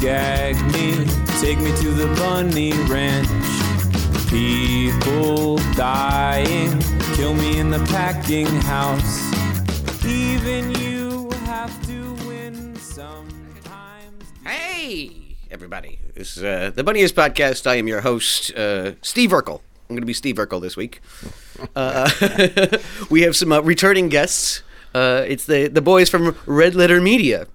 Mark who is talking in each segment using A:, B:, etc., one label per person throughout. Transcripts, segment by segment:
A: gag me, take me to the bunny ranch. People dying, kill me in the packing house. Even you have to win sometimes.
B: Hey, everybody. This is uh, the Bunny Is Podcast. I am your host, uh, Steve Urkel. I'm going to be Steve Urkel this week. Uh, we have some uh, returning guests. Uh, it's the, the boys from Red Letter Media.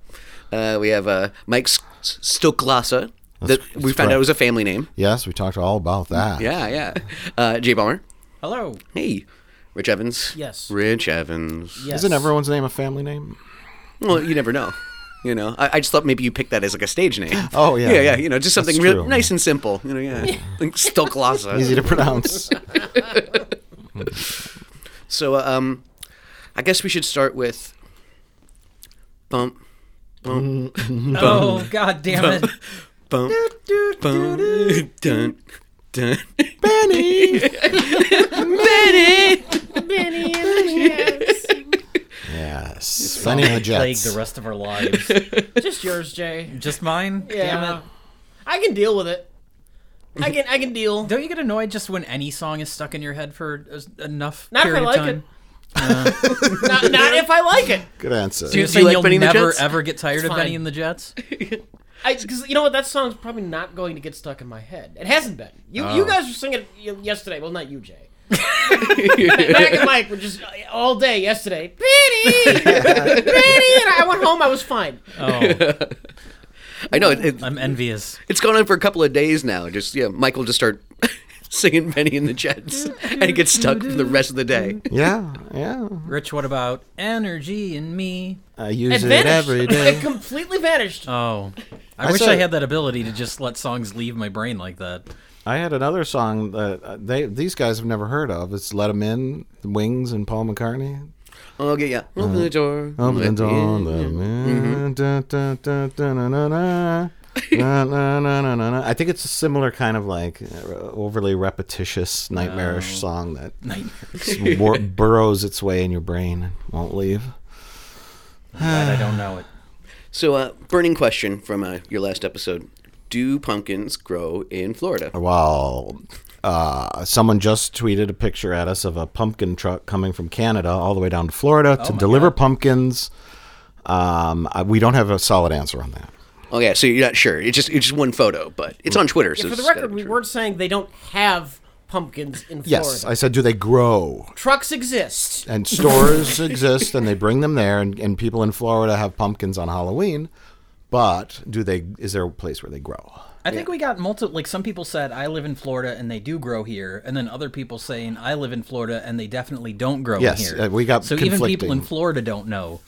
B: Uh, we have uh, Mike S- S- Stoklasa, that
C: That's-
B: we
C: that's
B: found out
C: correct.
B: was a family name.
C: Yes, we talked all about that.
B: Yeah, yeah. Uh, Jay Ballmer.
D: Hello.
B: Hey. Rich Evans.
D: Yes.
B: Rich Evans.
D: Yes.
C: Isn't everyone's name a family name?
B: Well, you never know. You know, I, I just thought maybe you picked that as like a stage name.
C: Oh, yeah.
B: yeah, yeah. You know, just
C: That's
B: something real
C: true.
B: nice and simple. You know, yeah, like Stoklasa.
C: Easy to pronounce.
B: So, uh, um, I guess we should start with bump, bump,
D: Oh God damn it!
B: bump, bump, dun, dun.
C: Benny!
B: Benny.
C: Yes. Benny and the
D: Plague
C: Jets.
D: the rest of our lives.
E: Just yours, Jay.
D: Just mine. Damn it.
E: I can deal with it. I can I can deal.
D: Don't you get annoyed just when any song is stuck in your head for as- enough
E: Not if I
D: period
E: like
D: of time? Uh,
E: it. not, not if I like it.
C: Good answer.
D: You're
B: Do you
D: saying
B: like
D: you'll
B: Benny and the
D: never
B: Jets?
D: ever get tired of
E: fine.
D: Benny and the Jets?
E: I because you know what that song's probably not going to get stuck in my head. It hasn't been. You
D: Oh.
E: you guys were singing it yesterday. Well, not you, Jay. Mac and Mike were just uh, all day yesterday. Pretty, pretty. And I went home. I was fine.
D: Oh,
B: I know it, it,
D: I'm envious.
B: it's gone on for a couple of days now. Just yeah, Michael just start singing Benny and the Jets, and it gets stuck for the rest of the day.
C: Yeah, yeah.
D: Rich, what about energy in me?
C: I use
E: It
C: it
E: vanished.
C: every
E: It
C: day.
E: completely vanished.
D: Oh, I,
C: I
D: wish
C: said-
D: I had that ability to just let songs leave my brain like that.
C: I had another song that uh, they these guys have never heard of. It's Let 'Em In, Wings, and Paul McCartney.
B: Okay, yeah. Open the door.
C: Uh-huh. Open the
B: let me
C: door,
B: in. Mm-hmm.
C: let 'em in. Dun, dun, dun, dun, dun, dun, dun. Na, na, na, na, na, na. I think it's a similar kind of like uh, overly repetitious, nightmarish song that s- wor- burrows its way in your brain and won't leave.
D: But I don't know it.
B: So, uh, burning question from uh, your last episode: Do pumpkins grow in Florida?
C: Well, uh, someone just tweeted a picture at us of a pumpkin truck coming from Canada all the way down to Florida
B: Oh
C: to deliver pumpkins. Um, I, we don't have a solid answer on that.
B: Oh yeah, so you're not sure. It's just it's just one photo, but it's on Twitter. so
E: For the
B: it's gotta
E: record,
B: be
E: we
B: true.
E: weren't saying they don't have pumpkins in Florida.
C: Yes, I Uh, said, do they grow?
E: Trucks exist.
C: and stores exist and they bring them there and, and people in florida have pumpkins on halloween but do they is there a place where they grow
D: I think we got multi like some people said I live in Florida and they do grow here, and then other people saying I live in Florida and they definitely don't grow
C: Yes,
D: here.
C: uh, we got
D: so even people in
C: conflicting.
D: Florida don't know.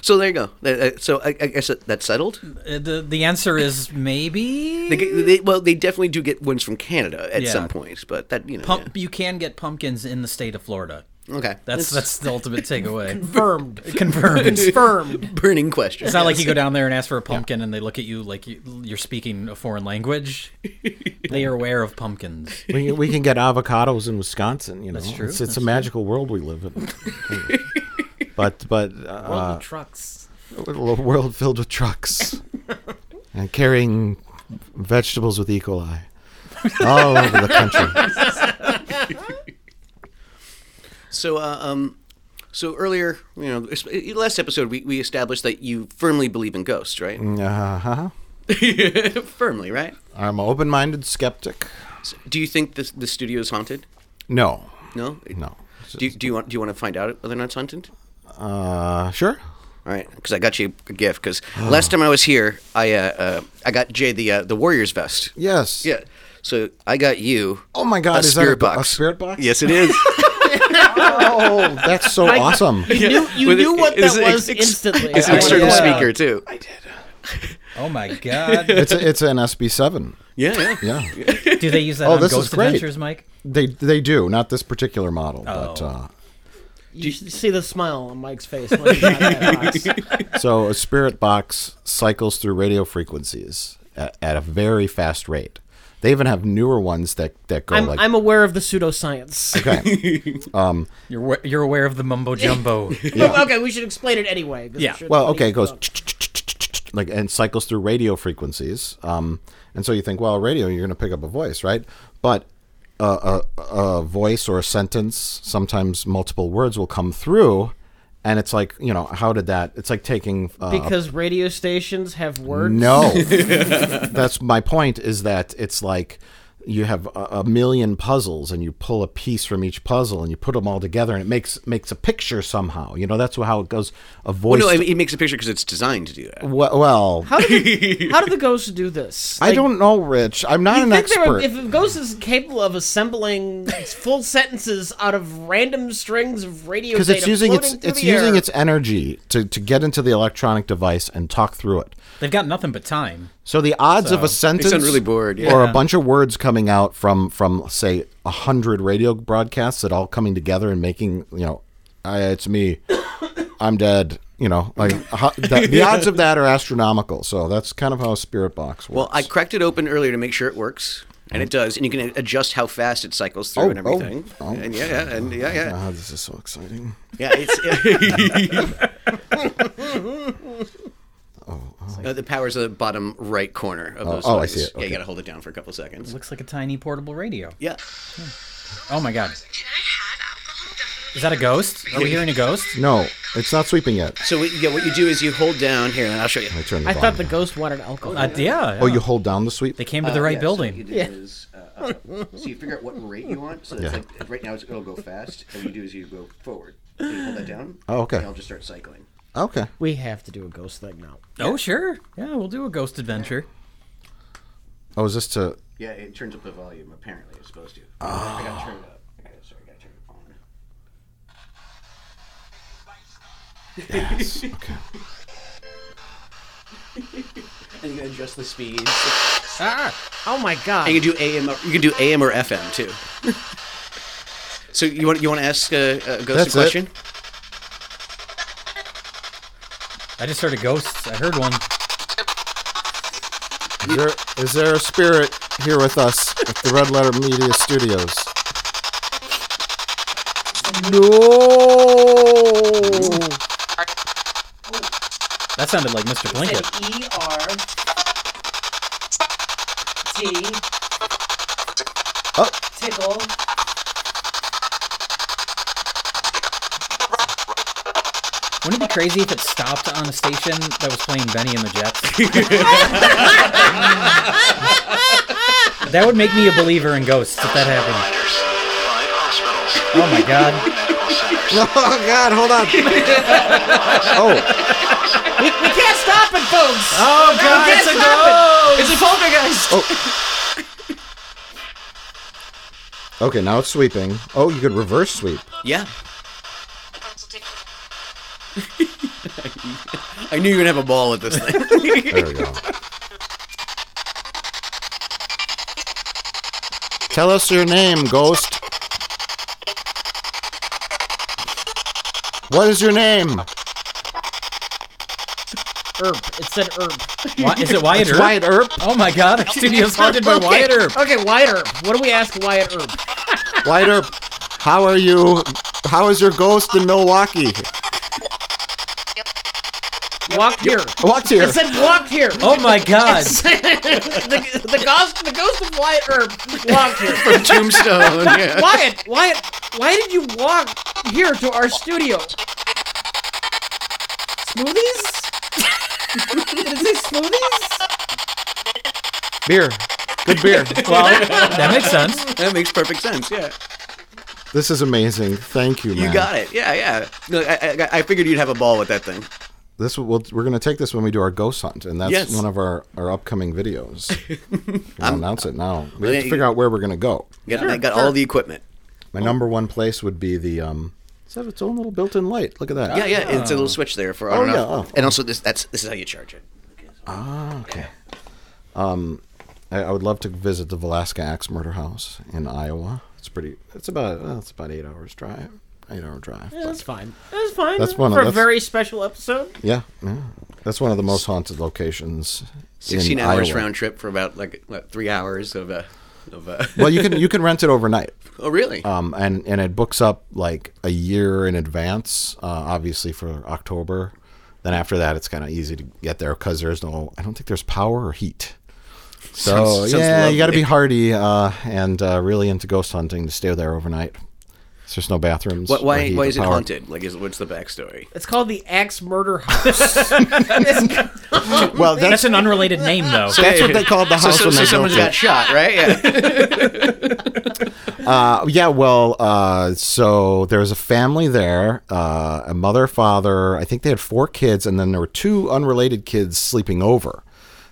B: So there you go. Uh, uh, So I, I guess that- that's settled.
D: Uh, the the answer is maybe.
B: They, get- they, well, they definitely do get ones from Canada at
D: Yeah.
B: some points, but that you know.
D: Pump, you can get pumpkins in the state of Florida.
B: yeah. Okay,
D: That's that's the ultimate takeaway.
E: Confirmed.
D: Confirmed. It's
E: Confirmed.
B: burning question.
D: not like you go down there and ask for a pumpkin and they look at you like you, you're speaking a foreign language. they are aware of pumpkins.
C: we, we can get avocados in wisconsin you know
D: That's true,
C: it's, it's
D: that's
C: a magical world we live in but but
E: World
C: uh,
E: of trucks.
C: a little world filled with trucks and carrying vegetables with e coli all over the country
B: So, uh, um, so earlier, you know, es- eh, last episode we, we established that you firmly believe in ghosts, right?
C: uh-huh.
B: firmly, right?
C: i'm an open-minded skeptic
B: So do you think this the studio is haunted?
C: no
B: No.
C: no
B: Do you, do you want do you want to find out whether or not it's haunted?
C: uh sure
B: All right, because I got you a gift. Because last time I was here, I uh, uh, I got Jay the uh, the Warriors vest.
C: yes
B: Yeah. So I got you.
C: Oh my God!
B: a
C: is
B: spirit
C: that a, bo-
B: box.
C: A spirit box?
B: Yes, it is.
C: Oh, that's so awesome!
E: You knew, you
B: With
E: knew
B: it-
E: what
B: it's
E: that
B: an
E: was
B: ex-
E: instantly.
B: It's an
D: Oh,
B: external
D: yeah.
B: speaker too.
D: Oh my god!
C: It's a, it's an SB seven.
B: Yeah, yeah.
C: Yeah,
D: Do they use that
C: Oh,
D: on
C: this is
D: Ghost
C: great.
D: Adventures, Mike?
C: they they do not this particular model, but
D: Oh.
C: uh,
E: You should see the smile on Mike's face. When he got that box.
C: so a spirit box cycles through radio frequencies at, at a very fast rate. They even have newer ones that that go
E: I'm,
C: like
E: I'm aware of the pseudoscience.
C: okay.
D: You're wa- you're aware of the mumbo jumbo.
E: okay, we should explain it anyway. 'cause
D: Yeah.
E: I'm sure
C: Well,
E: nobody
C: okay, it goes
E: knows.
C: and like and cycles through radio frequencies. Um, and so you think, well, radio, you're going to pick up a voice, right? But a, a, a voice or a sentence, sometimes multiple words will come through, and it's like, you know, how did that? It's like taking uh, a
E: Because radio stations have words.
C: no. That's my point is that it's like you have a, a million puzzles and you pull a piece from each puzzle and you put them all together and it makes makes a picture somehow. You know, that's how it goes. A voice.
B: no,
C: Well,
B: I mean, it makes a picture because it's designed to do that.
C: well,
E: How do the, how do the ghosts do this?
C: I
E: Like,
C: don't know, Rich. I'm not an
E: you think they
C: expert.
E: were- if a ghost is capable of assembling full sentences out of random strings of radio
C: because
E: data
C: it's using its
E: floating through
C: it's
E: the
C: using
E: air,
C: its energy to, to get into the electronic device and talk through it.
D: They've got nothing but time.
C: So the odds of a sentence
B: really bored,
C: or
B: yeah.
C: a bunch of words coming out from from say a hundred radio broadcasts that all coming together and making you know, I, it's me, I'm dead. You know, like how, that, the odds of that are astronomical. So that's kind of how a spirit box works.
B: Well, I cracked it open earlier to make sure it works, and it does. And you can adjust how fast it cycles through
C: Oh,
B: and
C: oh,
B: everything.
C: oh.
B: And yeah, yeah, and yeah, yeah,
C: Ah, this is so exciting.
B: yeah. It's, Uh, the power's the bottom right corner of those.
C: oh, I
B: buttons.
C: see it,
B: Yeah, you
C: okay.
B: gotta hold it down for a couple seconds.
D: Looks like a tiny portable radio.
B: Yeah,
D: Oh my god.
F: Can I have alcohol? Definitely.
D: Is that a ghost? Are we hearing a ghost?
C: No, it's not sweeping yet.
B: So what, yeah, what you do is you hold down here, and I'll show you.
C: I turn the
E: I
C: volume
E: thought the
C: down.
E: ghost wanted alcohol.
D: Uh, yeah,
C: Oh,
D: yeah.
C: you hold down the sweep.
D: They came to the right building.
B: Uh, yeah. uh, so you figure out what rate you want. So it's like right now it's, it'll go fast, and what you do is you go forward. you hold that down.
C: Oh, okay.
B: And
C: and
B: I'll
C: I'll
B: just start cycling.
C: Okay.
E: we have to do a ghost thing now.
D: Oh, sure. Yeah, we'll do a ghost adventure.
C: Oh, is this to?
B: Yeah, it turns up the volume. Apparently, it's supposed to. I gotta turn it up. Okay, sorry, I gotta turn it on.
C: Yes. Okay.
B: And you can adjust the speed.
E: Oh my god!
B: And you can do AM. Or, you can do AM or FM too. so you want you want to ask uh, uh, Ghost
C: That's
B: a question?
D: I just heard a ghost. I heard one.
C: Is there, is there a spirit here with us at the Red Letter Media Studios? No.
D: That sounded like Mr.
E: Oh.
D: Blinket.
F: E R T
C: Oh,
F: tickle.
D: Wouldn't it be crazy if it stopped on a station that was playing Benny and the Jets? that would make me a believer in ghosts if that happened.
G: providers, five hospitals,
D: Oh my god.
G: medical centers.
C: oh God! Hold on. Oh,
E: we can't stop it, folks.
D: Oh god, it's a ghost!
E: It's a poltergeist.
C: okay. Now it's sweeping. Oh, you could reverse sweep.
B: Yeah. I knew you were gonna have a ball with this thing.
C: There we go. Tell us your name, ghost. What is your name?
E: Herb. It said herb.
D: Why, is it Wyatt Earp?
C: Wyatt Earp.
D: Oh my god, our studio's haunted by Wyatt Earp.
E: Okay, Wyatt Herb. What do we ask Wyatt Herb?
C: Light up. How are you? How is your ghost in Milwaukee?
E: Walk here.
C: What's here?
E: It said walk here.
D: Oh my god.
E: the, the ghost, the ghost of Wyatt Herb walked here.
B: Tombstone. Yeah.
E: Wyatt, Wyatt, why did you walk here to our studio? Smoothies? did it say smoothies?
C: Beer. Good beer.
D: Well, that makes sense.
B: That makes perfect sense. Yeah.
C: This is amazing. Thank you, man.
B: You got it. Yeah, yeah. No, I, I, I figured you'd have a ball with that thing.
C: This we'll, we're going to take this when we do our ghost hunt, and that's
B: Yes.
C: one of our, our upcoming videos. I'll announce it now. We
B: yeah,
C: have to figure out where we're going to go.
B: You got, I got all the equipment. Oh.
C: My number one place would be the. Um, it's have its own little built-in light. Look at that.
B: Yeah, yeah. It's a little switch there for I
C: Oh,
B: don't know.
C: yeah, oh.
B: And also, this that's this is how you charge it.
C: Okay. Um, I, I would love to visit the Velasca Axe Murder House in Iowa. It's pretty. It's about. Well, it's about eight hours drive. Eight hour drive. but-
E: That's fine. That's fine.
C: That's one of-
E: For a
C: that's-
E: very special episode.
C: Yeah, yeah. That's one of the most haunted locations.
B: Sixteen
C: in
B: hours
C: Iowa.
B: round trip for about like what, three hours of uh, of. Uh,
C: well, you can you can rent it overnight,
B: oh, really?
C: um, and and it books up like a year in advance, uh, obviously for uh, October. Then after that, it's kind of easy to get there because there's no. I don't think there's power or heat. So
B: Sounds- sounds
C: yeah, you got to
B: lovely.
C: be hardy uh, and uh, really into ghost hunting to stay there overnight. There's just no bathrooms.
B: What,
C: or
B: why?
C: heat
B: Why
C: or
B: is it
C: power.
B: haunted? Like, is what's the backstory?
E: It's called the Axe Murder House.
C: Well, that's
D: That's an unrelated name, though.
C: that's what they called the
B: So,
C: house
B: so,
C: when
B: so
C: they built
B: someone's
C: it.
B: got shot, right? Yeah.
C: Uh, yeah, well, uh, so there was a family there, uh, a mother, father. I think they had four kids, and then there were two unrelated kids sleeping over.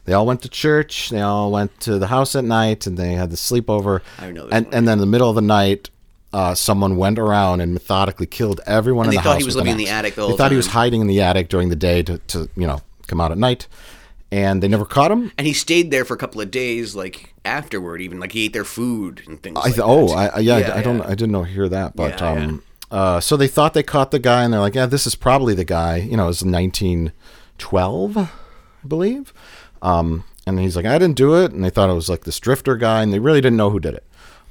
C: They all went to church. They all went to the house at night, and they had the sleepover.
B: I know this
C: And
B: one.
C: and then in the middle of the night, uh, someone went around and methodically killed everyone
B: And they
C: in the
B: thought
C: house.
B: he was
C: with an
B: living in the
C: axe.
B: attic the
C: They
B: whole
C: thought he was
B: time.
C: hiding in the attic during the day to, to you know come out at night, and they never caught him.
B: and he stayed there for a couple of days, like afterward, even like he ate their food and things.
C: I
B: like
C: th- oh,
B: that.
C: I, I- yeah, I d-
B: Yeah,
C: I don't,
B: yeah.
C: I didn't know hear that, but
B: Yeah,
C: um, Uh, so they thought they caught the guy, and they're like, yeah, this is probably the guy. You know, it's 1912, I believe. Um, and he's like, I didn't do it, and they thought it was like this drifter guy, and they really didn't know who did it.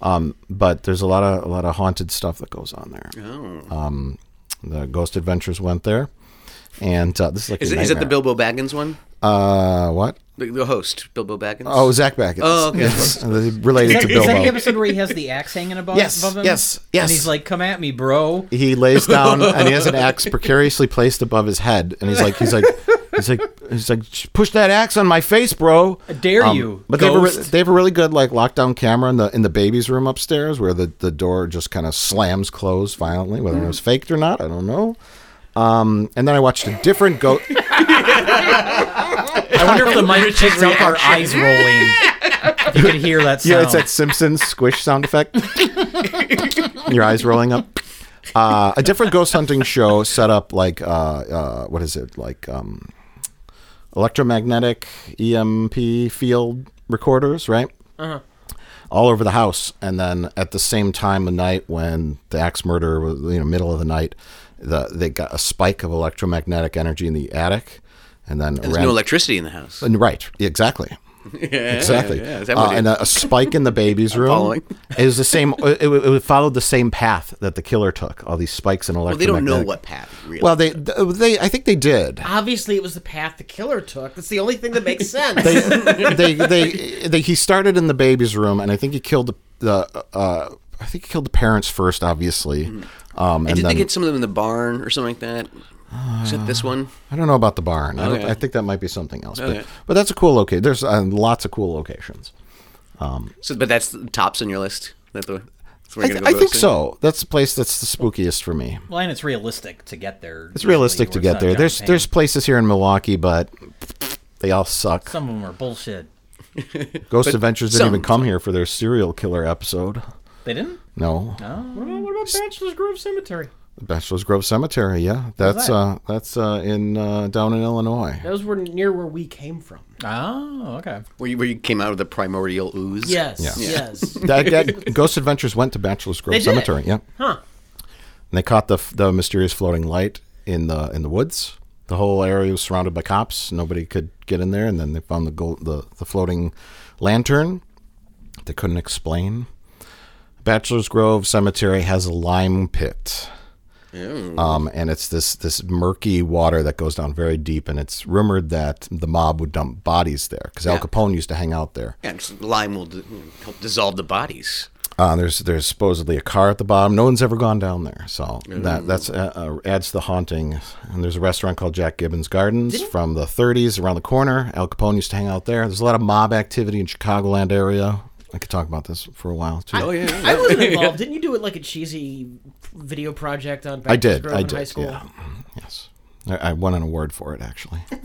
C: Um, but there's a lot of a lot of haunted stuff that goes on there.
B: Oh.
C: Um, the Ghost Adventures went there, and uh, this is like
B: Is
C: a
B: it, is it the
C: nightmare.
B: Bilbo Baggins one?
C: Uh, what?
B: The, the host, Bilbo Baggins.
C: Oh, Zach Baggins.
B: Oh, okay.
C: Yes, related to
D: Is that the
C: Bilbo.
D: episode where he has the axe hanging above,
C: Yes,
D: above him?
C: yes, yes.
D: And he's like, "Come at me, bro."
C: he lays down and he has an axe precariously placed above his head and he's like he's like he's like he's like "Sh- push that axe on my face bro I
D: dare you,
C: but they have, a, re-
D: ghost."
C: they have a really good like lockdown camera in the in the baby's room upstairs where the, the door just kind of slams closed violently whether
D: Hmm.
C: it was faked or not i don't know um, and then i watched a different goat
D: I wonder if the mic picks up our eyes rolling. If you could hear that sound.
C: Yeah, it's that Simpsons squish sound effect. Your eyes rolling up. Uh, a different ghost hunting show set up like uh, uh, what is it like um, electromagnetic EMP field recorders, right?
B: Uh-huh.
C: All over the house, and then at the same time, the night when the axe murderer was, you know, middle of the night, the, they got a spike of electromagnetic energy in the attic, and then
B: there's no electricity in the house.
C: and right, exactly. exactly.
B: yeah, is that
C: Uh,
B: what it
C: and a, a spike in the baby's room
B: following.
C: is the same. It, it, it followed the same path that the killer took. All these spikes and
B: Well, they don't know
C: electromagnetic.
B: what path. Really.
C: Well, they, they, I think they did.
E: Obviously, it was the path the killer took. That's the only thing that makes sense.
C: They, they, they, they, he started in the baby's room, and I think he killed the, the uh, I think he killed the parents first, obviously. Um,
B: Hmm. and
C: and
B: did
C: then Uh.
B: they get some of them in the barn or something like that? Is that this one?
C: I don't know about the barn. I, don't,
B: Okay.
C: I think that might be something else.
B: Okay.
C: But, but that's a cool location. There's uh, lots of cool locations.
B: So, but that's the tops on your list. That the. that's where
C: I,
B: you're
C: th-
B: gonna
C: I
B: go
C: think
B: first?
C: so. That's the place that's the spookiest for me.
D: well, and it's realistic to get there.
C: It's realistic to
D: uh,
C: get there. There's there's places here in Milwaukee, but they all suck.
D: some of them are bullshit.
C: Ghost Adventures didn't
B: some-
C: even come here for their serial killer episode.
D: They didn't.
C: No,
E: What about, what about Bachelor's Grove Cemetery?
C: Bachelor's Grove Cemetery. Yeah, that's
D: that?
C: uh that's uh in uh, down in Illinois.
E: Those were near where we came from.
D: Oh, okay.
B: Where you, where you came out of the primordial ooze.
E: Yes.
C: Yeah.
E: Yes.
C: that, that Ghost Adventures went to Bachelor's Grove
E: They did?
C: Cemetery. Yeah,
E: huh.
C: and they caught the f- the mysterious floating light in the in the woods. The whole area was surrounded by cops. Nobody could get in there, and then they found the gold, the the floating lantern. They couldn't explain. Bachelor's Grove Cemetery has a lime pit. Um, and it's this this murky water that goes down very deep, and it's rumored that the mob would dump bodies there because Al Capone used to hang out there.
B: Yeah, just lime will d- help dissolve the bodies.
C: Uh, there's there's supposedly a car at the bottom. No one's ever gone down there, so
E: Mm.
C: that that's uh, uh, adds to the haunting. And there's a restaurant called Jack Gibbons Gardens from the 30s around the corner. Al Capone used to hang out there. There's a lot of mob activity in Chicagoland area. I could talk about this for a while too.
B: Oh yeah.
E: I wasn't involved. Didn't you do it like a cheesy video project on Bachelor's
C: I did.
E: Grove
C: I
E: in
C: did.
E: high school?
C: Yeah. Yes. I, I won an award for it actually. I'm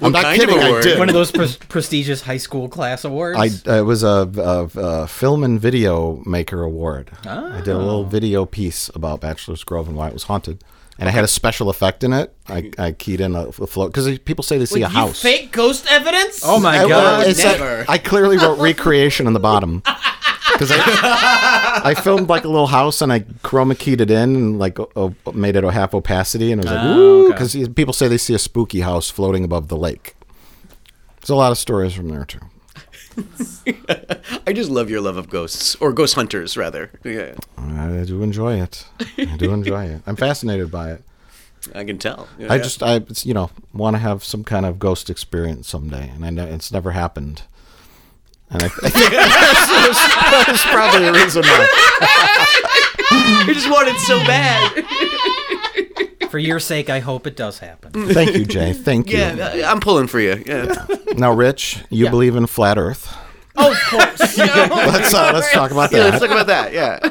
B: What
C: not
B: kind of
C: kidding. I
B: award?
C: did.
D: One of those pres- prestigious high school class awards.
C: I uh, it was a, a, a film and video maker award. I did a little video piece about Bachelor's Grove and why it was haunted, and I had a special effect in it. I, I keyed in a, a float because people say they see
E: Wait,
C: a
E: you
C: house.
E: fake ghost evidence?
D: oh my
C: I,
D: god!
C: it's a-
B: never.
C: I clearly wrote recreation on the bottom because I, I filmed like a little house and I chroma keyed it in and like o- o- made it a half opacity and I was like, ooh, because people say they see a spooky house floating above the lake. There's a lot of stories from there too.
B: I just love your love of ghosts or ghost hunters rather. Yeah.
C: I do enjoy it. I do enjoy it. I'm fascinated by it.
B: I can tell.
C: I
B: Yeah.
C: just I it's, you know want to have some kind of ghost experience someday, and I know it's never happened. And I, I think that's, that's probably the reason why.
B: I just want it so bad.
D: For your sake, I hope it does happen.
C: Thank you, Jay. Thank you.
B: Yeah, I- I'm pulling for you. Yeah.
C: Now, Rich, you believe in flat Earth.
E: Oh, of course.
C: Let's uh, let's talk about
B: yeah let's
C: that.
B: talk about that. Yeah.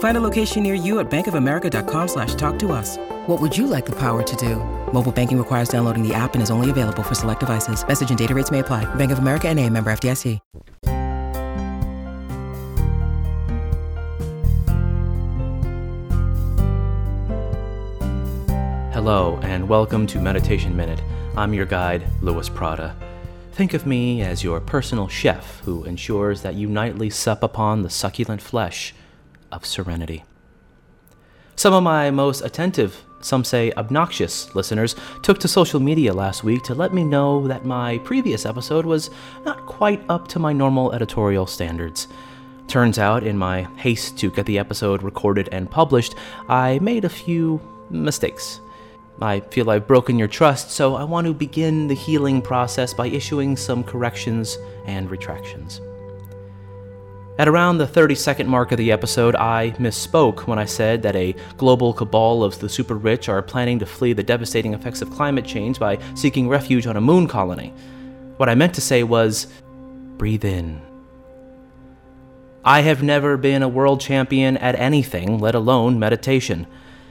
H: Find a location near you at bankofamerica.com slash talk to us. What would you like the power to do? Mobile banking requires downloading the app and is only available for select devices. Message and data rates may apply. Bank of America and a member FDIC.
I: Hello, and welcome to Meditation Minute. I'm your guide, Louis Prada. Think of me as your personal chef who ensures that you nightly sup upon the succulent flesh of serenity. Some of my most attentive, some say obnoxious, listeners took to social media last week to let me know that my previous episode was not quite up to my normal editorial standards. Turns out, in my haste to get the episode recorded and published, I made a few mistakes. I feel I've broken your trust, so I want to begin the healing process by issuing some corrections and retractions. At around the 30 second mark of the episode, I misspoke when I said that a global cabal of the super rich are planning to flee the devastating effects of climate change by seeking refuge on a moon colony. What I meant to say was breathe in. I have never been a world champion at anything, let alone meditation.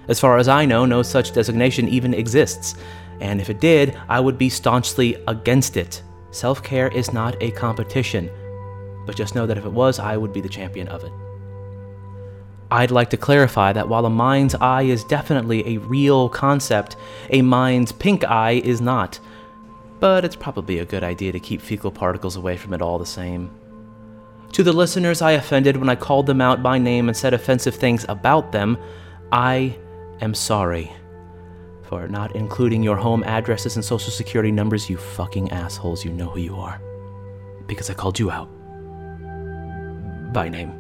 I: As far as I know, no such designation even exists. And if it did, I would be staunchly against it. Self care is not a competition. But just know that if it was, I would be the champion of it. I'd like to clarify that while a mind's eye is definitely a real concept, a mind's pink eye is not. But it's probably a good idea to keep fecal particles away from it all the same. To the listeners I offended when I called them out by name and said offensive things about them, I am sorry for not including your home addresses and social security numbers, you fucking assholes. You know who you are. Because I called you out. By name.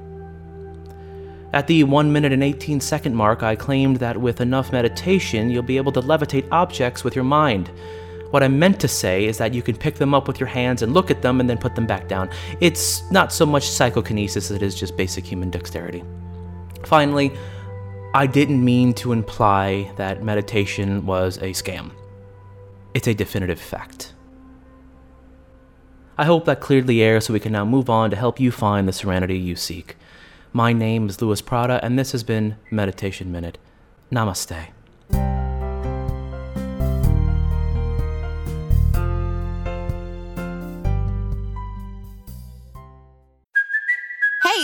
I: At the 1 minute and 18 second mark, I claimed that with enough meditation, you'll be able to levitate objects with your mind. What I meant to say is that you can pick them up with your hands and look at them and then put them back down. It's not so much psychokinesis as it is just basic human dexterity. Finally, I didn't mean to imply that meditation was a scam. It's a definitive fact. I hope that cleared the air so we can now move on to help you find the serenity you seek. My name is Louis Prada, and this has been Meditation Minute. Namaste.
J: Hey,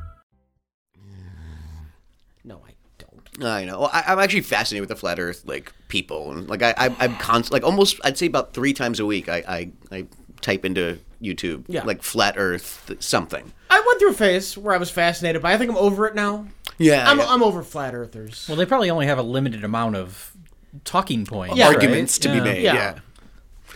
E: no, I don't.
B: I know. Well, I, I'm actually fascinated with the flat Earth like people, and like I, I I'm constant, like almost I'd say about three times a week I I, I type into YouTube
E: Yeah.
B: like flat Earth something.
E: I went through a phase where I was fascinated by. I think I'm over it now.
B: Yeah,
E: I'm,
B: Uh, yeah.
E: I'm over flat earthers.
D: Well, they probably only have a limited amount of talking points.
E: Yeah,
D: right?
B: arguments to
D: Yeah,
B: be made.
E: Yeah.
B: yeah.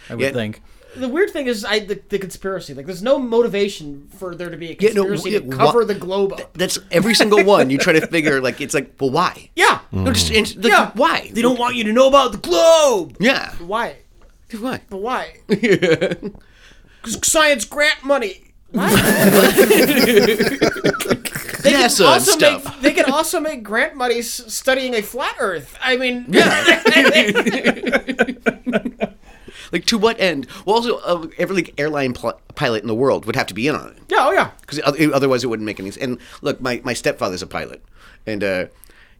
D: I would
B: Yeah.
D: think.
E: the weird thing is, I the, the conspiracy. Like, there's no motivation for there to be a
B: Yeah, no,
E: conspiracy
B: yeah,
E: to cover
B: wha-
E: the globe up.
B: That's every single one. You try to figure like it's like, well, why?
E: Yeah.
B: No, just and, like,
E: Yeah.
B: why?
E: They don't want you to know about the globe.
B: Yeah.
E: Why?
B: Why?
E: But why? Because science grant money. What? they can
B: NASA and
E: also
B: stuff.
E: Make, they can also make grant money s- studying a flat Earth. I mean,
B: Like to what end? Well, also uh, every like, airline pl- pilot in the world would have to be in on it.
E: Yeah, oh yeah.
B: Because otherwise it wouldn't make any sense. And look, my, my stepfather's a pilot, and uh,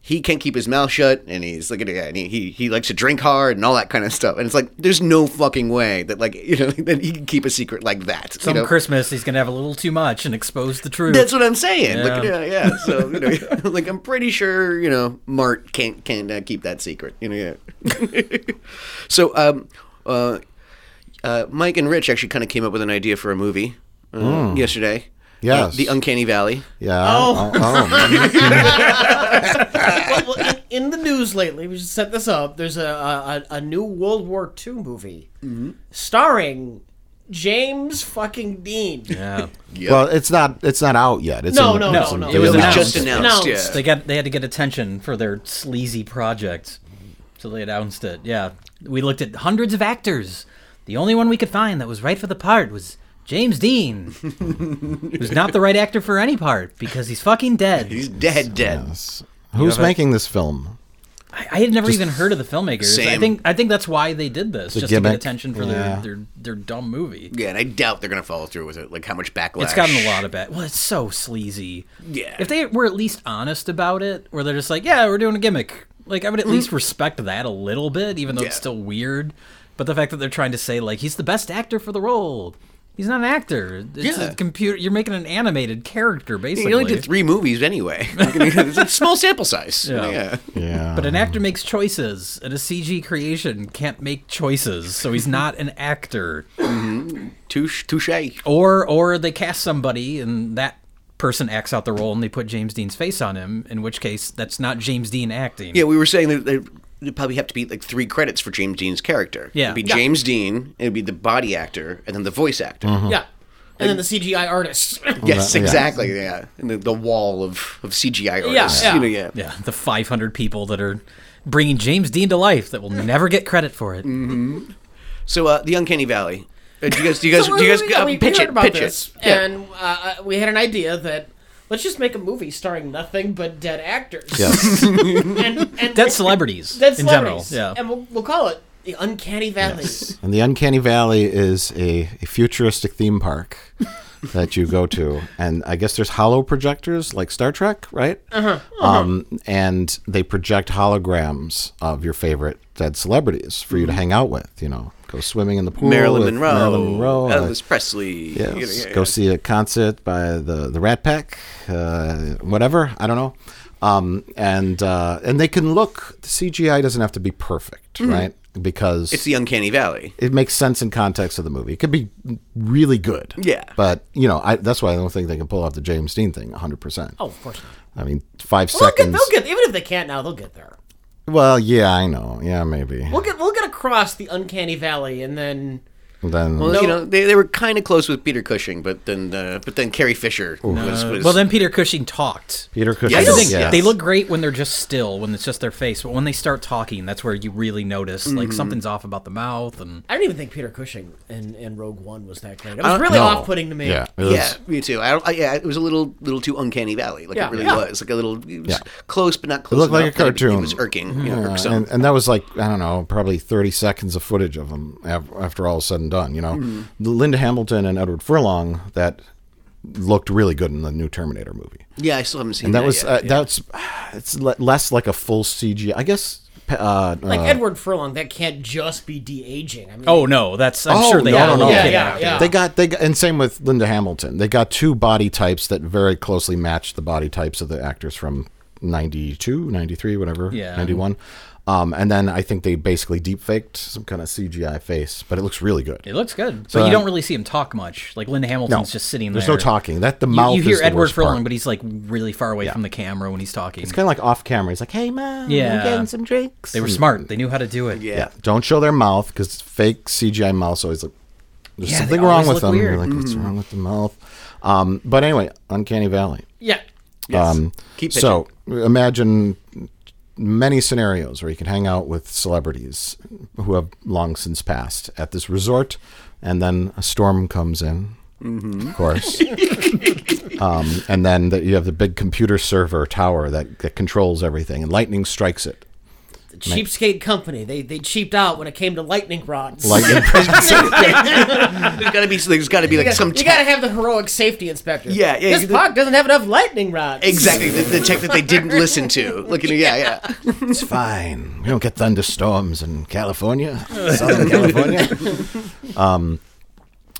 B: he can't keep his mouth shut, and he's like, yeah, and he, he he likes to drink hard and all that kind of stuff. And it's like, there's no fucking way that like you know that he can keep a secret like that. you
D: Some
B: know?
D: Christmas, he's gonna have a little too much and expose the truth.
B: That's what I'm saying. Like,
D: Yeah.
B: yeah, yeah. So you know, like I'm pretty sure you know Mart can't can uh, keep that secret. You know, yeah. so um, uh, uh, Mike and Rich actually kind of came up with an idea for a movie uh,
C: Mm.
B: yesterday.
C: Yes.
B: Uh, the Uncanny Valley.
C: Yeah. Oh. oh, oh.
E: well, well, in, in the news lately, we should set this up. There's a a, a- a new World War II movie
B: Mm-hmm.
E: starring James fucking Dean.
D: Yeah.
C: Well, it's not it's not out yet. It's
E: No,
C: in the,
E: no,
C: it's
E: no,
C: in
E: no.
D: It was
C: early
D: announced.
B: just announced, yeah.
D: They got they had to get attention for their sleazy project, so they announced it. Yeah, we looked at hundreds of actors. The only one we could find that was right for the part was James Dean, who's not the right actor for any part because he's fucking dead.
B: He's dead, dead.
C: Who's
D: You have a-
C: making this film?
D: I, I had never even heard of the filmmakers. I
B: Same.
D: think I think that's why they did this,
C: It's a
D: just to
C: gimmick.
D: get attention for
C: Yeah.
D: their, their their dumb movie.
B: Yeah, and I doubt they're gonna follow through with it. Like how much backlash?
D: It's gotten a lot of bad. Well, it's so sleazy.
B: Yeah.
D: If they were at least honest about it, where they're just like, yeah, we're doing a gimmick. Like, I would at least respect that a little bit, even though it's
B: Mm-hmm. Yeah.
D: still weird. But the fact that they're trying to say, like, he's the best actor for the role. He's not an actor. It's
B: Yeah.
D: a computer. You're making an animated character,
B: You
D: basically.
B: only did three movies anyway. it's a small sample size.
D: Yeah.
B: yeah.
C: Yeah.
D: But an actor makes choices, and a CG creation can't make choices, so he's not an actor.
B: Touche, touche.
D: Or or they cast somebody and that person acts out the role and they put James Dean's face on him, in which case that's not James Dean acting.
B: Yeah, we were saying that there would probably have to be like three credits for James Dean's character.
D: Yeah.
B: It'd be
D: Yeah.
B: James Dean, it'd be the body actor, and then the voice actor.
E: Yeah. And then the CGI artists.
B: Yes,
C: Right, Mm-hmm. yeah.
B: exactly. Yeah. And the, the wall of, of CGI artists.
E: yeah.
B: You know, yeah.
D: Yeah, the 500 people that are bringing James Dean to life that will never get credit for it.
B: So uh, the Uncanny Valley. Uh, do you guys do you guys do you guys
E: yeah,
B: uh,
E: we
B: pitch
E: heard
B: it
E: about
B: pitch
E: this,
B: it? Yeah.
E: and uh, uh, we had an idea that let's just make a movie starring nothing but dead actors.
C: Yes.
E: and, and
D: Dead celebrities
E: dead
D: in
E: celebrities.
D: general. Yeah.
E: and we'll, we'll call it the Uncanny Valley.
C: And the Uncanny Valley is a, a futuristic theme park that you go to, and I guess there's hollow projectors like Star Trek, right? Uh-huh. Um, and they project holograms of your favorite dead celebrities for you to hang out with. You know, go swimming in the pool.
B: Mm-hmm. Marilyn
C: with
B: Monroe,
C: Marilyn Monroe. uh,
B: Elvis Presley.
C: Yes.
B: you know, yeah,
C: Go
B: yeah.
C: see a concert by the the Rat Pack, uh, whatever. I don't know. Um, and uh, and they can look. The CGI doesn't have to be perfect, right? Because
B: Mm-hmm. It's the Uncanny Valley.
C: it makes sense in context of the movie. It could be really good.
B: Yeah.
C: But, you know, I, that's why I don't think they can pull off the James Dean thing 100%.
E: Oh, of course. not.
C: I mean, 5
E: Well, they'll get,
C: seconds.
E: they'll get even if they can't now, they'll get there.
C: Well, yeah, I know. Yeah, maybe.
E: We'll get we'll get across the Uncanny Valley, and then
C: Then
B: Well, you know, they, they were kind of close with Peter Cushing, but then uh, but then Carrie Fisher was, was
D: Well, then Peter Cushing talked.
C: Peter Cushing.
B: I
D: That's the
B: don't-
D: thing.
B: yes.
D: They look great when they're just still, when it's just their face. But when they start talking, that's where you really notice like something's off about the mouth. And
E: I don't even think Peter Cushing in, in Rogue One was that great. It was really
C: Uh, No.
E: off putting to me.
C: Yeah. it was-
B: Yeah, me too. I don't. I, yeah, it was a little, little too uncanny valley. Like
E: Yeah.
B: it really
E: Yeah.
B: was. Like a little, it was
C: Yeah.
B: close but not
C: It
B: close.
C: looked like a
B: enough that
C: cartoon.
B: It,
C: Mm-hmm.
B: it was irking. you know,
C: Yeah,
B: irksome.
C: and, and that was like I don't know, probably thirty seconds of footage of them af- after all is said and done. You know,
E: Hmm.
C: Linda Hamilton and Edward Furlong that looked really good in the new Terminator movie.
B: yeah, I still haven't seen
C: And that was
B: yet.
C: uh, that's it's le- less like a full CG. I guess uh,
E: Like
C: uh,
E: Edward Furlong, that can't just be de aging. I mean,
D: oh no, that's I'm sure they
C: no,
D: had
C: no,
D: a
C: no.
D: little
E: Yeah,
D: kid
E: yeah,
D: actor.
E: yeah.
C: They got they got, and same with Linda Hamilton. They got two body types that very closely match the body types of the actors from 92, 93, whatever,
D: Yeah.
C: 91. Um, and then I think they basically deep faked some kind of CGI face, but it looks really good.
D: It looks good,
C: So,
D: but you
C: um,
D: don't really see him talk much. Like Linda Hamilton's just sitting
C: There's
D: there.
C: no talking. That the
D: You-
C: mouth
D: You, hear
C: is the
D: Edward
C: worst
D: Furlong,
C: part.
D: but he's like really far away from the camera when he's talking.
C: it's kind of like off camera. He's like, "Hey, man,
D: Yeah.
C: I'm getting some drinks." Mm.
D: they were smart. They knew how to do it.
B: yeah.
C: Yeah. Don't show their mouth because fake CGI mouths always look There's
E: Yeah, they
C: something wrong
E: always look
C: with them. You're
E: weird.
C: like, what's
E: Mhm.
C: wrong with the mouth? Um, but anyway, Uncanny Valley. Um,
E: Yeah. Yes. Keep
C: so imagine many scenarios where you can hang out with celebrities who have long since passed at this resort, and then a storm comes in,
B: Mhm.
E: Mm-hmm.
C: of course. um, and then that you have the big computer server tower that, that controls everything, and lightning strikes it.
E: The cheapskate company. They they cheaped out when it came to lightning rods.
C: Lightning
B: There's got to be there's got to be
E: You
B: like
E: gotta-
B: some
E: you gotta have the heroic safety inspector.
B: Yeah, yeah,
E: This
B: you-
E: park doesn't have enough lightning rods.
B: Exactly, the, the tech that they didn't listen to. Look at yeah, yeah.
C: It's fine. We don't get thunderstorms in California, Southern California. Um,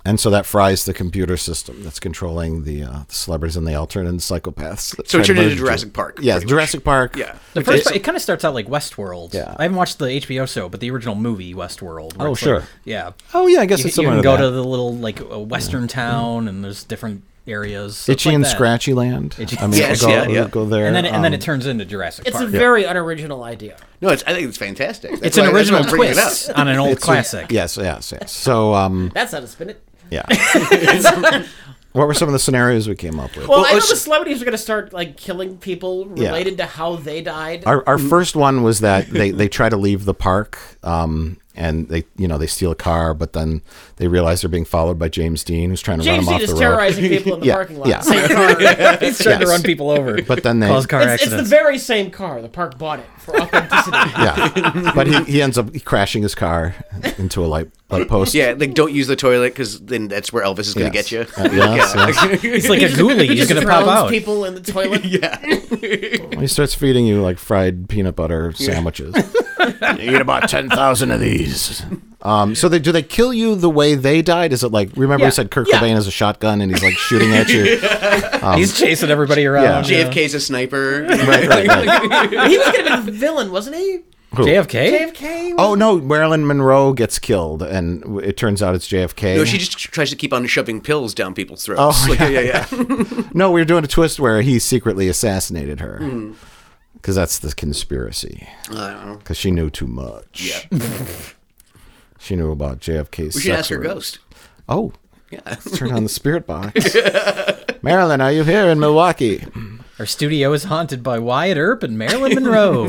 C: and so that fries the computer system that's controlling the, uh, the celebrities and the alternate and psychopaths. that
B: So it
C: try to
B: turned into
C: merge
B: Jurassic
C: it.
B: Park,
C: Yeah,
B: pretty much.
C: Jurassic Park.
B: Yeah.
D: The first, part- it kind of starts out like Westworld.
C: Yeah.
D: I haven't watched the HBO show, but the original movie Westworld. where
C: Oh,
D: it's
C: sure.
D: Like, yeah.
C: Oh, yeah, I guess
D: you,
C: it's
D: you can
C: similar to
D: go
C: that.
D: to the little like uh, Western town, and there's different areas. so it's
C: Itchy
D: like
C: and
D: that.
C: Scratchy Land.
D: Itchy-
C: I mean,
B: Yes,
C: go,
B: yeah, yeah.
C: go there.
D: and then it- and then
C: um,
D: it turns into Jurassic
E: It's a
D: Park.
E: very unoriginal idea.
B: No, it's I think it's fantastic. That's
D: It's an
B: why- that's why
D: original
B: I'm bringing it
D: twist
B: up.
D: on an old
C: it's a-
D: classic.
C: yes, yes, yes. So, um,
E: That's how to spin it.
C: yeah. what were some of the scenarios we came up with?
E: Well, I know the celebrities are gonna start like killing people
C: Yeah.
E: related to how they died.
C: Our, our first one was that they, they try to leave the park um, and they you know they steal a car, but then they realize they're being followed by James Dean, who's trying to
E: James
C: run them
E: Dean
C: off
E: is
C: the road.
E: terrorizing people in the
C: Yeah,
E: parking lot.
C: yeah.
E: Same car.
D: He's trying to run people over.
C: But then they-
D: cause car
E: it's, it's
D: accidents.
E: the very same car. The park bought it for authenticity.
C: yeah, but he, he ends up crashing his car into a light, light post.
B: Yeah, like don't use the toilet because then that's where Elvis is going to
C: Yes.
B: get you.
C: Uh, yes, yes.
D: It's like a ghoulie. He's
E: just
D: gonna pop
E: drowns
D: out.
E: people in the toilet. yeah.
C: He starts feeding you like fried peanut butter sandwiches. you get about ten thousand of these. Um, so they do they kill you the way they died? Is it like remember
B: Yeah.
C: we said Kirk
B: Yeah.
C: Cobain has a shotgun and he's like shooting at you? Um,
D: He's chasing everybody around.
C: yeah.
B: JFK's a sniper.
C: Right, right,
E: he was gonna be the villain, wasn't he?
C: Who?
E: JFK.
C: Oh no, Marilyn Monroe gets killed, and w- it turns out it's JFK.
B: No, she just tries to keep on shoving pills down people's throats.
C: Oh,
B: Like,
C: yeah.
B: yeah, yeah, yeah.
C: No, we were doing a twist where he secretly assassinated her
B: Mm.
C: because that's the conspiracy.
B: Oh.
C: Because she knew too much. she knew about JFK's.
B: We should
C: sex
B: ask her
C: ring.
B: ghost.
C: Oh,
B: Yeah.
C: Let's turn on the spirit box. Marilyn, are you here in Milwaukee?
D: Our studio is haunted by Wyatt Earp and Marilyn Monroe.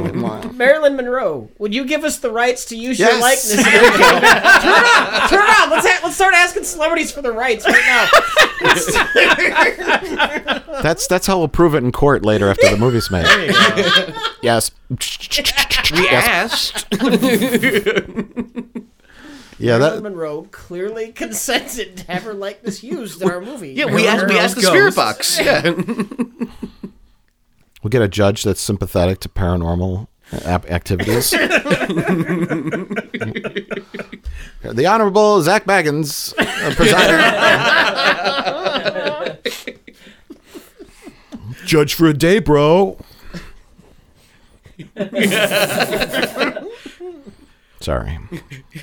E: Marilyn Monroe, would you give us the rights to use your
D: Yes.
E: likeness? in our show? turn up, turn up. Let's ha- let's start asking celebrities for the rights right now.
C: That's that's how we'll prove it in court later after the movie's made. Yes.
B: We
C: Yes.
B: asked.
C: Yeah,
E: Marilyn
C: that
E: Monroe clearly consented to have her likeness used in our movie.
B: Yeah, we asked. We asked the spirit box. Yeah.
C: we'll get a judge that's sympathetic to paranormal ap- activities. the Honorable Zach Baggins, uh, presiding. Judge for a day, bro. Sorry.